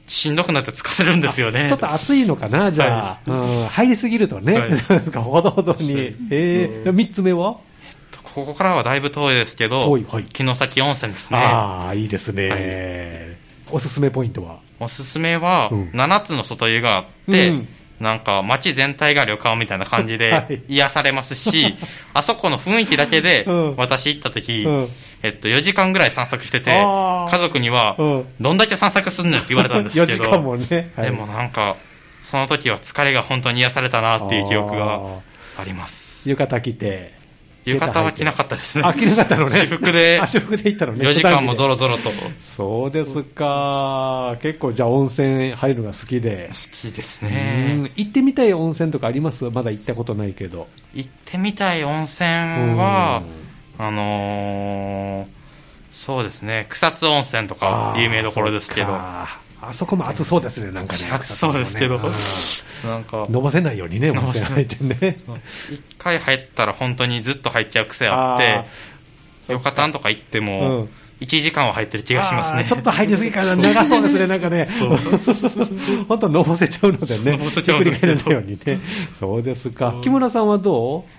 Speaker 2: しんどくなって疲れるんですよね。
Speaker 1: ちょっと暑いのかな、じゃあ、うん入りすぎるとね、
Speaker 2: はい
Speaker 1: なんかほどほどに、
Speaker 2: はい
Speaker 1: えー、3つ目は、
Speaker 2: ここからはだいぶ遠いですけど、
Speaker 1: 遠いはい
Speaker 2: 城崎温泉ですね。
Speaker 1: ああ、いいですね、おすすめポイントは、
Speaker 2: おすすめは、
Speaker 1: うん
Speaker 2: 7つの外湯があって、
Speaker 1: うん
Speaker 2: なんか街全体が旅館みたいな感じ
Speaker 1: [laughs] は
Speaker 2: で
Speaker 1: い
Speaker 2: 癒されますし、
Speaker 1: [laughs]
Speaker 2: あそこの雰囲気だけで、
Speaker 1: うん
Speaker 2: 私行った時、
Speaker 1: うん
Speaker 2: えっと、4時間ぐらい散策してて、
Speaker 1: あー
Speaker 2: 家族には、
Speaker 1: うん
Speaker 2: どんだけ散策すんねんって言われた
Speaker 1: [laughs]
Speaker 2: んですけど、
Speaker 1: 4時間もねはい
Speaker 2: でもなんか、その時は疲れが本当に癒されたなっていう記憶があります。
Speaker 1: 浴衣着て、
Speaker 2: 浴衣は着なか
Speaker 1: っ
Speaker 2: ったですね。
Speaker 1: あ着なかったのね、
Speaker 2: 私服で
Speaker 1: [laughs] あ、私服で行ったのね、
Speaker 2: 4時間も
Speaker 1: 普段着で
Speaker 2: ぞろぞろと。好
Speaker 1: そうですか、結構、じゃあ、温泉入るのが好きで、
Speaker 2: きで
Speaker 1: う
Speaker 2: すね
Speaker 1: ん。行ってみたい温泉とかありますまだ行ったことないけど。
Speaker 2: 行ってみたい温泉は
Speaker 1: うん、
Speaker 2: あのー、そうですね、草津温泉とか有名どころですけど、
Speaker 1: あーそっかあそこも暑そうですね、なんかね。
Speaker 2: 暑そうですけど
Speaker 1: うん、
Speaker 2: [laughs] なんか、
Speaker 1: 伸ばせないようにね、温泉入ってね。
Speaker 2: 一回入ったら本当にずっと入っちゃう癖あって、よかたんとか行って
Speaker 1: う
Speaker 2: も
Speaker 1: ん、
Speaker 2: 1時間は入ってる気がします
Speaker 1: あ
Speaker 2: ね。
Speaker 1: ーちょっと入りすぎかな、長そうですね、なんかね。本当、のぼせちゃうのでね。
Speaker 2: のぼせちゃうんですけ
Speaker 1: ひっくり返ら
Speaker 2: ど
Speaker 1: ないようにね。そうです
Speaker 2: う
Speaker 1: か
Speaker 2: ん。
Speaker 1: 木村さんはどう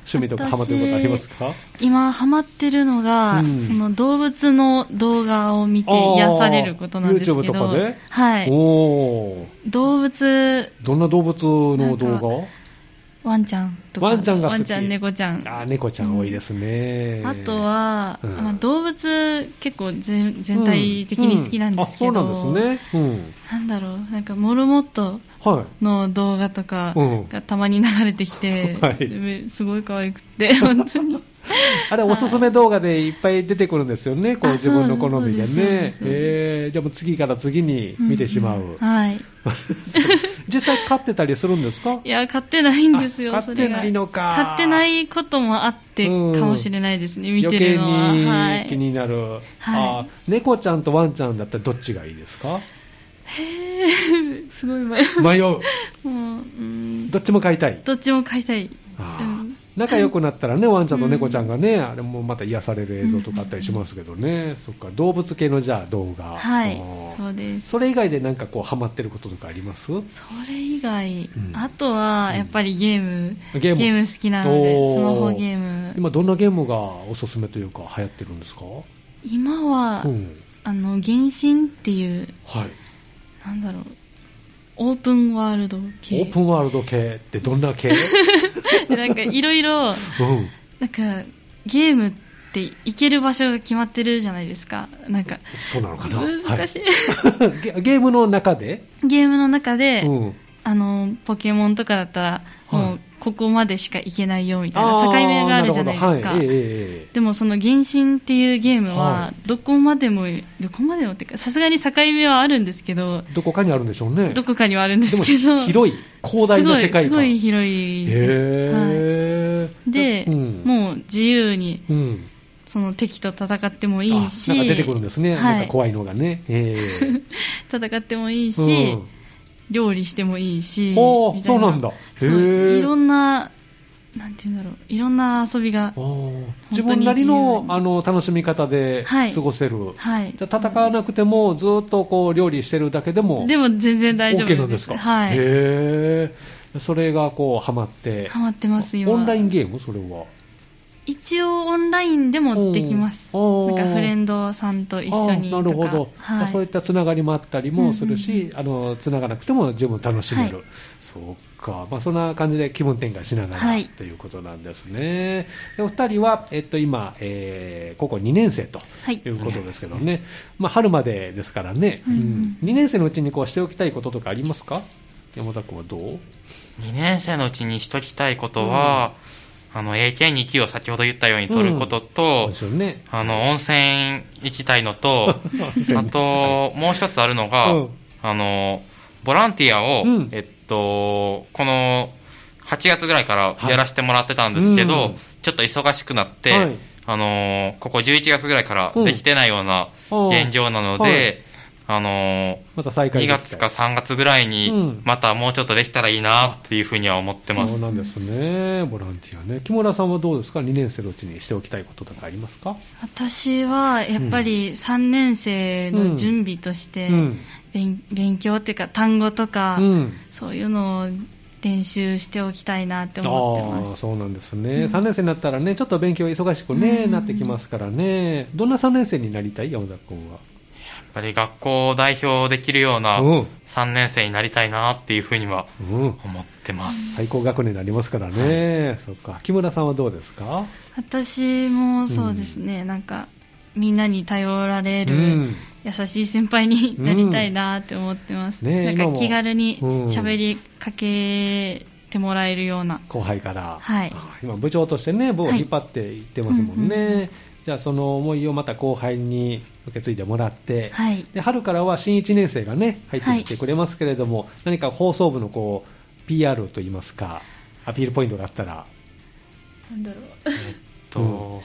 Speaker 1: 趣味とかハマってることありますか
Speaker 3: 今ハマってるのが、
Speaker 1: うん
Speaker 3: その動物の動画を見て癒されることなんですけど、
Speaker 1: あー YouTube とかで
Speaker 3: はい、
Speaker 1: おー。
Speaker 3: 動物
Speaker 1: どんな動物の
Speaker 3: なん
Speaker 1: 動画
Speaker 3: ワンちゃんとか。
Speaker 1: ワンちゃんが好き
Speaker 3: ワンちゃん、猫ちゃん。
Speaker 1: あー猫ちゃん多いですね。
Speaker 3: あとは、
Speaker 1: うん
Speaker 3: まあ、動物結構全全体的に好きなんですけど、
Speaker 1: うあ、そうなんですね。
Speaker 3: なんだろう、なんかモルモット
Speaker 1: うん。はい。
Speaker 3: の動画とか
Speaker 1: うん
Speaker 3: がたまに流れてきて、
Speaker 1: [laughs] はい
Speaker 3: めすごい可愛く
Speaker 1: [laughs]
Speaker 3: て、本当に。
Speaker 1: あれ、おすすめ動画でいっぱい出てくるんですよね。こう
Speaker 3: あ
Speaker 1: 自分の好みで
Speaker 3: そ
Speaker 1: ね
Speaker 3: うです。そうです
Speaker 1: えー、じゃあもう次から次に見てしまう。
Speaker 3: んんはい。
Speaker 1: 実際飼ってたりするんですか
Speaker 3: いや、買ってないんですよ、
Speaker 1: あ
Speaker 3: そ
Speaker 1: 買っ
Speaker 3: れが
Speaker 1: てないのか
Speaker 3: 買ってないこともあってか
Speaker 1: うん
Speaker 3: もしれないですね、見
Speaker 1: 余
Speaker 3: て
Speaker 1: 計
Speaker 3: るのは。
Speaker 1: に
Speaker 3: はい
Speaker 1: 気になる、あー猫ちゃんとワンちゃんだったらどっちがいいですか
Speaker 3: へーすごい迷う。
Speaker 1: 迷
Speaker 3: [laughs]
Speaker 1: う
Speaker 3: もう、うん、
Speaker 1: どっちも飼いたい
Speaker 3: どっちも買いたい。
Speaker 1: あー
Speaker 3: うん
Speaker 1: 仲良くなったらねワンちゃんと猫ちゃんがね、あれもまた癒される映像とかあったりしますけどね、そっか動物系のじゃあ動画
Speaker 3: はい
Speaker 1: あー、
Speaker 3: そうです。
Speaker 1: それ以外でなんかこうハマってることとかあります
Speaker 3: それ以外
Speaker 1: うん、
Speaker 3: あとは、やっぱりゲーム。
Speaker 1: ゲーム
Speaker 3: 好きなので、
Speaker 1: おー
Speaker 3: スマホゲーム。
Speaker 1: 今どんなゲームがおすすめというか流行ってるんですか
Speaker 3: 今は
Speaker 1: う、ん
Speaker 3: あの、原神っていう、
Speaker 1: はい
Speaker 3: なんだろう、オープンワールド系。
Speaker 1: オープンワールド系ってどんな
Speaker 3: [laughs]
Speaker 1: 系
Speaker 3: で [laughs] なんか、いろいろ、
Speaker 1: うん
Speaker 3: なんか、ゲームって行ける場所が決まってるじゃないですか。なんか、
Speaker 1: そうなのかな
Speaker 3: 難しい。
Speaker 1: はい、 [laughs] ゲゲームの中で、
Speaker 3: ゲームの中で、
Speaker 1: うん、
Speaker 3: あの、ポケモンとかだったら、
Speaker 1: はい
Speaker 3: もう、ここまでしか行けないよみたい
Speaker 1: あ
Speaker 3: な
Speaker 1: ー
Speaker 3: 境目があるじゃないですか。
Speaker 1: るほどはい、えええええ
Speaker 3: でもその原神っていうゲーム
Speaker 1: は
Speaker 3: は、どこまでも、どこまでもっていうか、さすがに境目はあるんですけど、
Speaker 1: えどこかにあるんでしょうね。
Speaker 3: どこかにはあるんで
Speaker 1: ですも
Speaker 3: けど、
Speaker 1: 広い、広大な世界観。
Speaker 3: すごい、すごい広いです。はい
Speaker 1: へー
Speaker 3: で、
Speaker 1: うん、
Speaker 3: もう自由に、
Speaker 1: う、ん、
Speaker 3: その敵と戦ってもいいし、
Speaker 1: あなんか出てくるんですね、
Speaker 3: はい
Speaker 1: なんか怖いのがね。
Speaker 3: [laughs]
Speaker 1: ええ
Speaker 3: 戦ってもいいし、
Speaker 1: うん
Speaker 3: 料理してもいいし、
Speaker 1: ほう
Speaker 3: みたい
Speaker 1: そうなんだ
Speaker 3: そう
Speaker 1: へえ
Speaker 3: いろんな、なんて言うんだろう、いろんな遊びが
Speaker 1: あ、ー
Speaker 3: 当に
Speaker 1: 自分なり
Speaker 3: 自由
Speaker 1: の
Speaker 3: に
Speaker 1: あの楽しみ方で
Speaker 3: はい
Speaker 1: 過ごせる。
Speaker 3: はい。
Speaker 1: じゃあ戦わなくても、ずっとこう料理してるだけでも、
Speaker 3: でも全然大丈夫
Speaker 1: OK なんですか。
Speaker 3: はい。
Speaker 1: へーそれがこう、ハマって。
Speaker 3: ハマってます、今。
Speaker 1: オンラインゲームそれは。
Speaker 3: 一応オンラインでもできます。
Speaker 1: お
Speaker 3: な
Speaker 1: ー
Speaker 3: んかフレンドさんと一緒にと
Speaker 1: あ
Speaker 3: か。
Speaker 1: ーなるほど、
Speaker 3: はい。
Speaker 1: そういったつながりもあったりもするし、あのつながなくても十分楽しめる、
Speaker 3: はい
Speaker 1: そうか、まあ、そんな感じで気分転換しながら、
Speaker 3: はい
Speaker 1: ということなんですねでお二人は、えっと、今、えー、高校2年生と
Speaker 3: はい
Speaker 1: いうことですけどね、まあ、春までですからね、
Speaker 3: うん
Speaker 1: 2年生のうちにこうしておきたいこととかありますか山田君はどう
Speaker 2: 2年生のうちにしときたいことは、あの、AK2 級を先ほど言ったように取ることと、
Speaker 1: ですよね
Speaker 2: あの、温泉行きたいのと、
Speaker 1: [laughs]
Speaker 2: あと、もう一つあるのが、
Speaker 1: うん
Speaker 2: あの、ボランティアを、
Speaker 1: うん
Speaker 2: えっと、この、8月ぐらいからやらせてもらってたんですけど、
Speaker 1: はいうん
Speaker 2: ちょっと忙しくなって、
Speaker 1: はい
Speaker 2: あの、ここ11月ぐらいからできてないような
Speaker 1: うん
Speaker 2: 現状なので、あの、
Speaker 1: また再開
Speaker 2: 2
Speaker 1: できたい
Speaker 2: 月か3月ぐらいうに
Speaker 1: ん、
Speaker 2: またもうちょっとできたらいいなっていうふうには思ってま
Speaker 1: そう
Speaker 2: す。
Speaker 1: なんですね、ボランティアね。木村さんはどうですか ?2 年生のうちにしておきたいこととかありますか、
Speaker 3: 私は、やっぱり3年生の準備として、
Speaker 1: うん。
Speaker 3: 勉勉強っていうか単語とか、
Speaker 1: うん。
Speaker 3: そういうのを練習しておきたいなって
Speaker 1: あ
Speaker 3: 思っ
Speaker 1: あ
Speaker 3: てま
Speaker 1: ー、
Speaker 3: す。
Speaker 1: そうなんですね、
Speaker 3: うん
Speaker 1: 3年生になったらね、ちょっと勉強忙しくね、
Speaker 3: うん
Speaker 1: なってきますからね。どんな3年生になりたい山田君は。
Speaker 2: やっぱり学校を代表できるような
Speaker 1: うん
Speaker 2: 3年生になりたいなっていうふうには
Speaker 1: うん。
Speaker 2: 思ってます。
Speaker 1: 最高学年になりますからね。そっか。木村さんはどうですか
Speaker 3: 私もそうですね、なんかみんなに頼られる、
Speaker 1: うん
Speaker 3: 優しい先輩になりたいなって思ってます。
Speaker 1: うんねえ
Speaker 3: な
Speaker 1: 今
Speaker 3: ん
Speaker 1: も
Speaker 3: か気軽に
Speaker 1: うん
Speaker 3: 喋りかけてもらえるような。
Speaker 1: 後輩から。
Speaker 3: はい
Speaker 1: あー今、部長としてね、部を引っ張っていってますもんね。
Speaker 3: はいうんうん
Speaker 1: じゃあ、その思いをまた後輩に受け継いでもらって、
Speaker 3: はい。
Speaker 1: で春からは新1年生がね入ってきてくれますけれども、何か放送部のこう PR といいますかアピールポイントがあったら、
Speaker 3: なんだろう。
Speaker 2: と、
Speaker 1: うん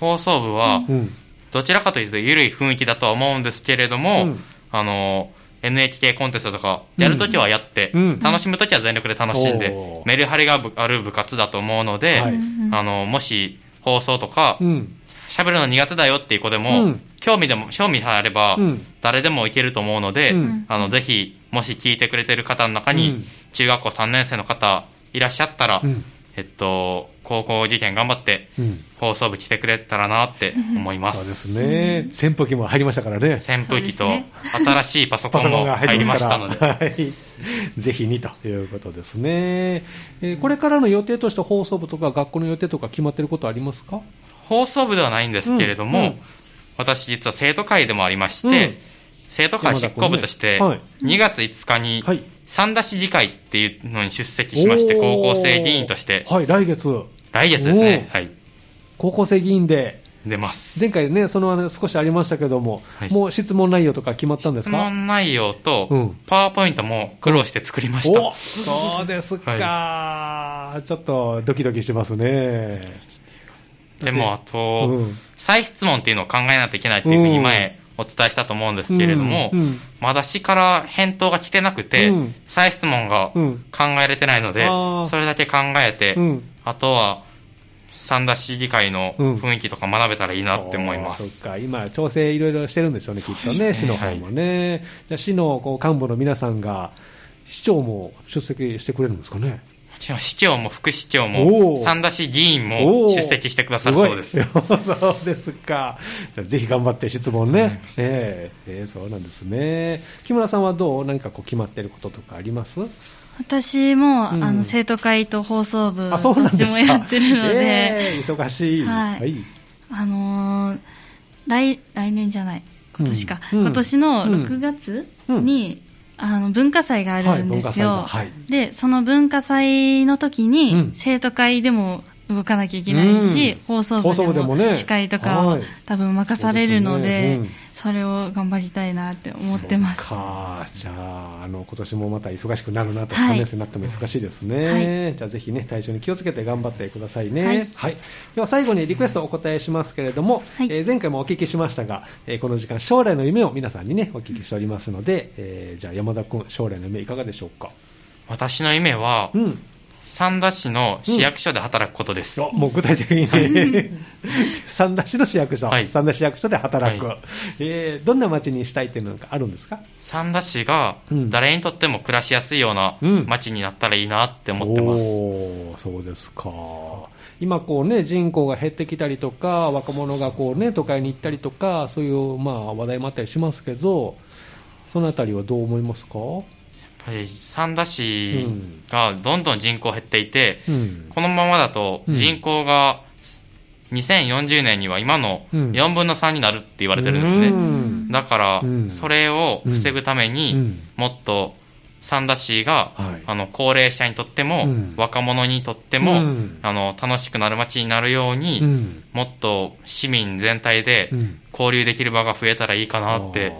Speaker 2: 放送部は
Speaker 1: う、ん、
Speaker 2: どちらかというと緩い雰囲気だとは思うんですけれども、
Speaker 1: うん
Speaker 2: あの、NHK コンテストとか、やるときはやって、
Speaker 1: うん
Speaker 2: 楽しむときは全力で楽しんで、
Speaker 1: おー
Speaker 2: メリハリがある部活だと思うので、
Speaker 1: はい
Speaker 3: うんうん
Speaker 2: あの、もし放送とか
Speaker 1: う、ん、
Speaker 2: 喋るの苦手だよっていう子でも、
Speaker 1: うん
Speaker 2: 興味でも、興味さえあれば、
Speaker 1: うん
Speaker 2: 誰でもいけると思うので、
Speaker 1: うん
Speaker 2: あの、ぜひ、もし聞いてくれてる方の中
Speaker 1: う
Speaker 2: に
Speaker 1: ん、
Speaker 2: 中学校3年生の方いらっしゃったら、
Speaker 1: うん
Speaker 2: えっと、高校受験頑張って、
Speaker 1: うん。
Speaker 2: 放送部来てくれたらなって思いま。
Speaker 1: そうですすね。扇風機も入りましたからね。
Speaker 2: 扇風機と
Speaker 3: そうです
Speaker 2: 新しいパソコ
Speaker 1: [laughs] パソ
Speaker 2: ン
Speaker 1: コン
Speaker 2: も
Speaker 1: が
Speaker 2: 入
Speaker 1: 入り
Speaker 2: りま
Speaker 1: まし
Speaker 2: し
Speaker 1: た
Speaker 2: た
Speaker 1: の
Speaker 2: の
Speaker 1: で、
Speaker 2: で、
Speaker 1: はい、 [laughs] ぜひにということですね、えーこれからの予定として放送部とか学校の予定とか決まってることありますか
Speaker 2: 放送部ではないんですけれども、
Speaker 1: うんうん
Speaker 2: 私実は生徒会でもありまして、
Speaker 1: うん
Speaker 2: 生徒会執行部として
Speaker 1: 山田君ね
Speaker 2: 2月5日に
Speaker 1: はい
Speaker 2: 三田市議会っていうのに出席しまして、
Speaker 1: おー
Speaker 2: 高校生議員として、
Speaker 1: はい、来月、
Speaker 2: 来月ですね、
Speaker 1: おー
Speaker 2: はい、
Speaker 1: 高校生議員で、
Speaker 2: 出ます。
Speaker 1: 前回ね、そのあの少しありましたけども、
Speaker 2: はい
Speaker 1: もう質問内容とか決まったんです
Speaker 2: 質
Speaker 1: か
Speaker 2: 問内容
Speaker 1: う
Speaker 2: と
Speaker 1: ん、
Speaker 2: パワーポイントも苦労して作りました。
Speaker 1: おそうですか、ちょっとドキドキしますね。
Speaker 2: でも、あと、
Speaker 1: うん
Speaker 2: 再質問っていうのを考えないといけないっていうふうに前お伝えしたと思うんですけれども、
Speaker 1: うんうん
Speaker 2: まだ私から返答が来てなくて、
Speaker 1: うん
Speaker 2: 再質問が
Speaker 1: うん
Speaker 2: 考えれてないので、
Speaker 1: あー
Speaker 2: それだけ考えて、
Speaker 1: うん
Speaker 2: あとは、三田市議会の
Speaker 1: うん
Speaker 2: 雰囲気とか学べたらいいなって思いま
Speaker 1: おー
Speaker 2: す。
Speaker 1: そっか、今、調整いろいろしてるんでしょうね、きっと
Speaker 2: そう
Speaker 1: ね、
Speaker 2: です
Speaker 1: 市
Speaker 2: ね
Speaker 1: の方もね。じゃあ市のこう幹部の皆さんが、市長も出席してくれるんですかね。
Speaker 2: もちろん市長も副市長
Speaker 1: お
Speaker 2: も、
Speaker 1: ー
Speaker 2: 三田市議員
Speaker 1: お
Speaker 2: も
Speaker 1: ー
Speaker 2: 出席してくださるそうです。。
Speaker 1: ごい [laughs] そうですか。じゃあぜひ頑張って質問ね。ええええそうなんですね。木村さんはどう何かこう決まってることとかあります
Speaker 3: 私も、
Speaker 1: うん
Speaker 3: あの生徒会と放送部
Speaker 1: あ、そう
Speaker 3: ど
Speaker 1: な
Speaker 3: っ
Speaker 1: ん
Speaker 3: ち
Speaker 1: です
Speaker 3: も
Speaker 1: か。
Speaker 3: やってるので、
Speaker 1: ええ忙しい。
Speaker 3: はいあのー来来年じゃない今年か、
Speaker 1: うんうん
Speaker 3: 今年の
Speaker 1: うん
Speaker 3: 6月に、あの文化祭があるんですよ、
Speaker 1: はい文化祭がはい
Speaker 3: でその文化祭の時に、
Speaker 1: うん
Speaker 3: 生徒会でも動かなきゃいけないし、
Speaker 1: うん
Speaker 3: 放送部
Speaker 1: 放送部
Speaker 3: で
Speaker 1: で
Speaker 3: も
Speaker 1: もね
Speaker 3: 司会とかを、
Speaker 1: はい
Speaker 3: 多分任されるので
Speaker 1: そうですね
Speaker 3: それを頑張りたいなって思ってます
Speaker 1: そうかじゃあ、あの今年もまた忙しくなるなと、
Speaker 3: はい
Speaker 1: 3年生になっても忙しいですね、じゃあぜひね、体調に気をつけて頑張ってくださいね、
Speaker 3: は
Speaker 1: はいいでは最後にリクエストをお答えしますけれども、
Speaker 3: はい
Speaker 1: えー前回もお聞きしましたが、えーこの時間、将来の夢を皆さんにね、お聞きしておりますので、えーじゃあ、山田君、将来の夢、いかがでしょうか。
Speaker 2: 私の夢は
Speaker 1: う、ん
Speaker 2: 三田市の市役所で働くことです。
Speaker 1: あもう具体的に
Speaker 3: [laughs]
Speaker 1: ね、三田市の市役所、
Speaker 2: はい
Speaker 1: 三田市役所で働く、
Speaker 2: はい
Speaker 1: えーどんな町にしたいっていうのがあるんですか
Speaker 2: 三田市が
Speaker 1: うん
Speaker 2: 誰にとっても暮らしやすいような
Speaker 1: うん
Speaker 2: 街になったらいいなって思ってます、
Speaker 1: おーそうですか。今こうね、人口が減ってきたりとか、若者がこうね、都会に行ったりとか、そういうまあ話題もあったりしますけど、そのあたりはどう思いますか
Speaker 2: やっぱり三田市がどんどん人口減っていて、
Speaker 1: うん。
Speaker 2: このままだと
Speaker 1: うん
Speaker 2: 人口が2040年には今の
Speaker 1: うん
Speaker 2: 4分の3になるって言われてるんですね、
Speaker 1: うん
Speaker 2: だから
Speaker 1: うん
Speaker 2: それを防ぐため
Speaker 1: う
Speaker 2: に
Speaker 1: ん
Speaker 2: もっと三田市が、
Speaker 1: はい
Speaker 2: あの高齢者にとっても、
Speaker 1: うん
Speaker 2: 若者にとっても、
Speaker 1: うん
Speaker 2: あの楽しくなる街になるように、
Speaker 1: うん
Speaker 2: もっと市民全体で
Speaker 1: うん
Speaker 2: 交流できる場が増えたらいいかなって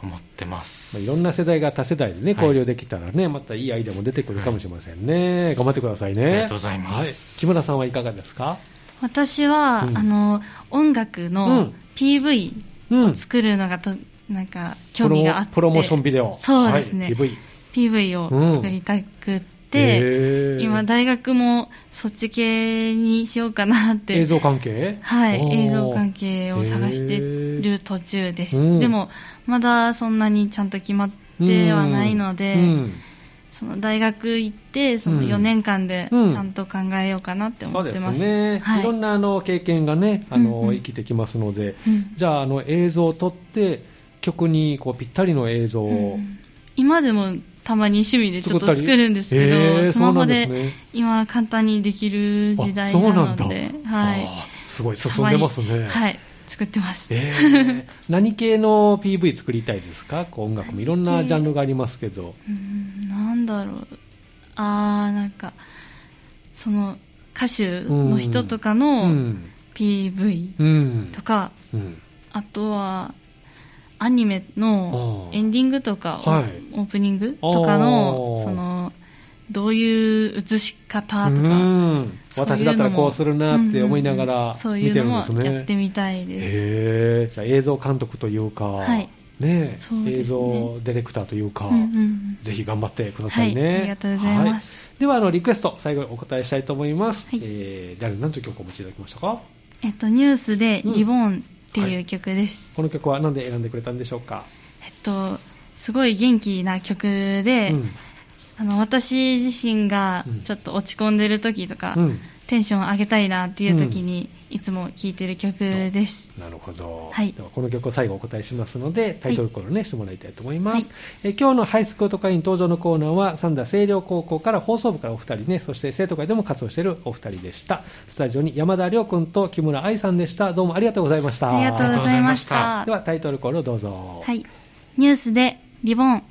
Speaker 2: 思ってま。
Speaker 1: ますあいろんな世代が多世代でね、
Speaker 2: い
Speaker 1: 交流できたらね、またいいアイデアも出てくるかもしれませんね。頑張ってくださいね。
Speaker 2: ありがとうございま
Speaker 1: はい
Speaker 2: す
Speaker 1: 木村さんはいかがですか
Speaker 3: 私は、
Speaker 1: うん
Speaker 3: あの音楽
Speaker 1: う
Speaker 3: の
Speaker 1: ん
Speaker 3: PV
Speaker 1: うん
Speaker 3: 作るのがと、なんか興味があって
Speaker 1: プロモプロモーションビデオ。
Speaker 3: そうですね、
Speaker 1: はい PV。
Speaker 3: PV を作りたくって、
Speaker 1: へー
Speaker 3: 今大学もそっち系にしようかなって
Speaker 1: 映像関係
Speaker 3: はい
Speaker 1: おー
Speaker 3: 映像関係を探してる途中です、
Speaker 1: へーうん
Speaker 3: でもまだそんなにちゃんと決まってはないので、
Speaker 1: うん
Speaker 3: その大学行ってその
Speaker 1: うん
Speaker 3: 4年間でち
Speaker 1: うん
Speaker 3: ゃんと考えようかなって思
Speaker 1: そう
Speaker 3: っ
Speaker 1: で
Speaker 3: て
Speaker 1: す
Speaker 3: ます、
Speaker 1: ね、、
Speaker 3: はい
Speaker 1: ろんなあの経験がねあの、
Speaker 3: うんうん
Speaker 1: 生きてきますので、
Speaker 3: うん
Speaker 1: じゃああの映像を撮って曲にこうぴったりの映像
Speaker 3: うんう
Speaker 1: を
Speaker 3: ん今でもたまに趣味でちょ
Speaker 1: 作った
Speaker 3: っと
Speaker 1: り、
Speaker 3: 作るんですけど、
Speaker 1: へー
Speaker 3: スマ
Speaker 1: そうな
Speaker 3: ホ
Speaker 1: ん
Speaker 3: です
Speaker 1: ね
Speaker 3: 今簡単にできる時代
Speaker 1: あそう
Speaker 3: な
Speaker 1: な
Speaker 3: の
Speaker 1: んだ
Speaker 3: ではい
Speaker 1: あーすごい進んでます
Speaker 3: たま
Speaker 1: ね
Speaker 3: にはい作ってます、
Speaker 1: えー何系の PV 作りたいですかこう音楽もいろんなジャンルがありますけど、
Speaker 3: うーんなんだろうあーなんかその歌手の人とか
Speaker 1: う
Speaker 3: の
Speaker 1: ん
Speaker 3: PV
Speaker 1: うん
Speaker 3: とか、
Speaker 1: うん
Speaker 3: あとはアニメの
Speaker 1: あー
Speaker 3: エンディングとか、
Speaker 1: はい
Speaker 3: オープニングとかの
Speaker 1: あー
Speaker 3: そのどういう映し方とか、
Speaker 1: うん
Speaker 3: そういうのも
Speaker 1: 私だったらこうするなって思いながら
Speaker 3: うんうんうんそうい
Speaker 1: 見
Speaker 3: う
Speaker 1: て
Speaker 3: の
Speaker 1: るん
Speaker 3: も
Speaker 1: ですね。
Speaker 3: やってみたいです、
Speaker 1: へーじゃあ映像監督というか、
Speaker 3: はい
Speaker 1: ねえ
Speaker 3: そうですね
Speaker 1: 映像ディレクターというか、
Speaker 3: うんうんうん
Speaker 1: ぜひ頑張ってくださいね。
Speaker 3: はいありがとうございます
Speaker 1: はいではあのリクエスト最後にお答えしたいと思います。
Speaker 3: はい
Speaker 1: えー、誰何という曲をお持ちいただきましたか？
Speaker 3: えっと、ニュースで「
Speaker 1: うん
Speaker 3: リボン」っていう曲です、
Speaker 1: この曲は何で選んでくれたんでしょうか？
Speaker 3: えっとすごい元気な曲で、
Speaker 1: うん
Speaker 3: あの私自身が
Speaker 1: うん
Speaker 3: ちょっと落ち込んでる時とか、
Speaker 1: うん
Speaker 3: テンション上げたいなっていう時に、いつも聴いてる曲です。
Speaker 1: なるほど、
Speaker 3: はい
Speaker 1: ではこの曲を最後お答えしますのでタイトルコールね、してもらいたいと思います、え今日のハイスクート会員登場のコーナーは三田清涼高校から放送部からお二人ねそして生徒会でも活動しているお二人でしたスタジオに山田亮君と木村愛さんでしたどうもありがとうございました
Speaker 3: ありがとうございまし
Speaker 2: あ
Speaker 3: た。
Speaker 1: ではタイトルコールをどうぞ
Speaker 3: はい。ニュースでリボン、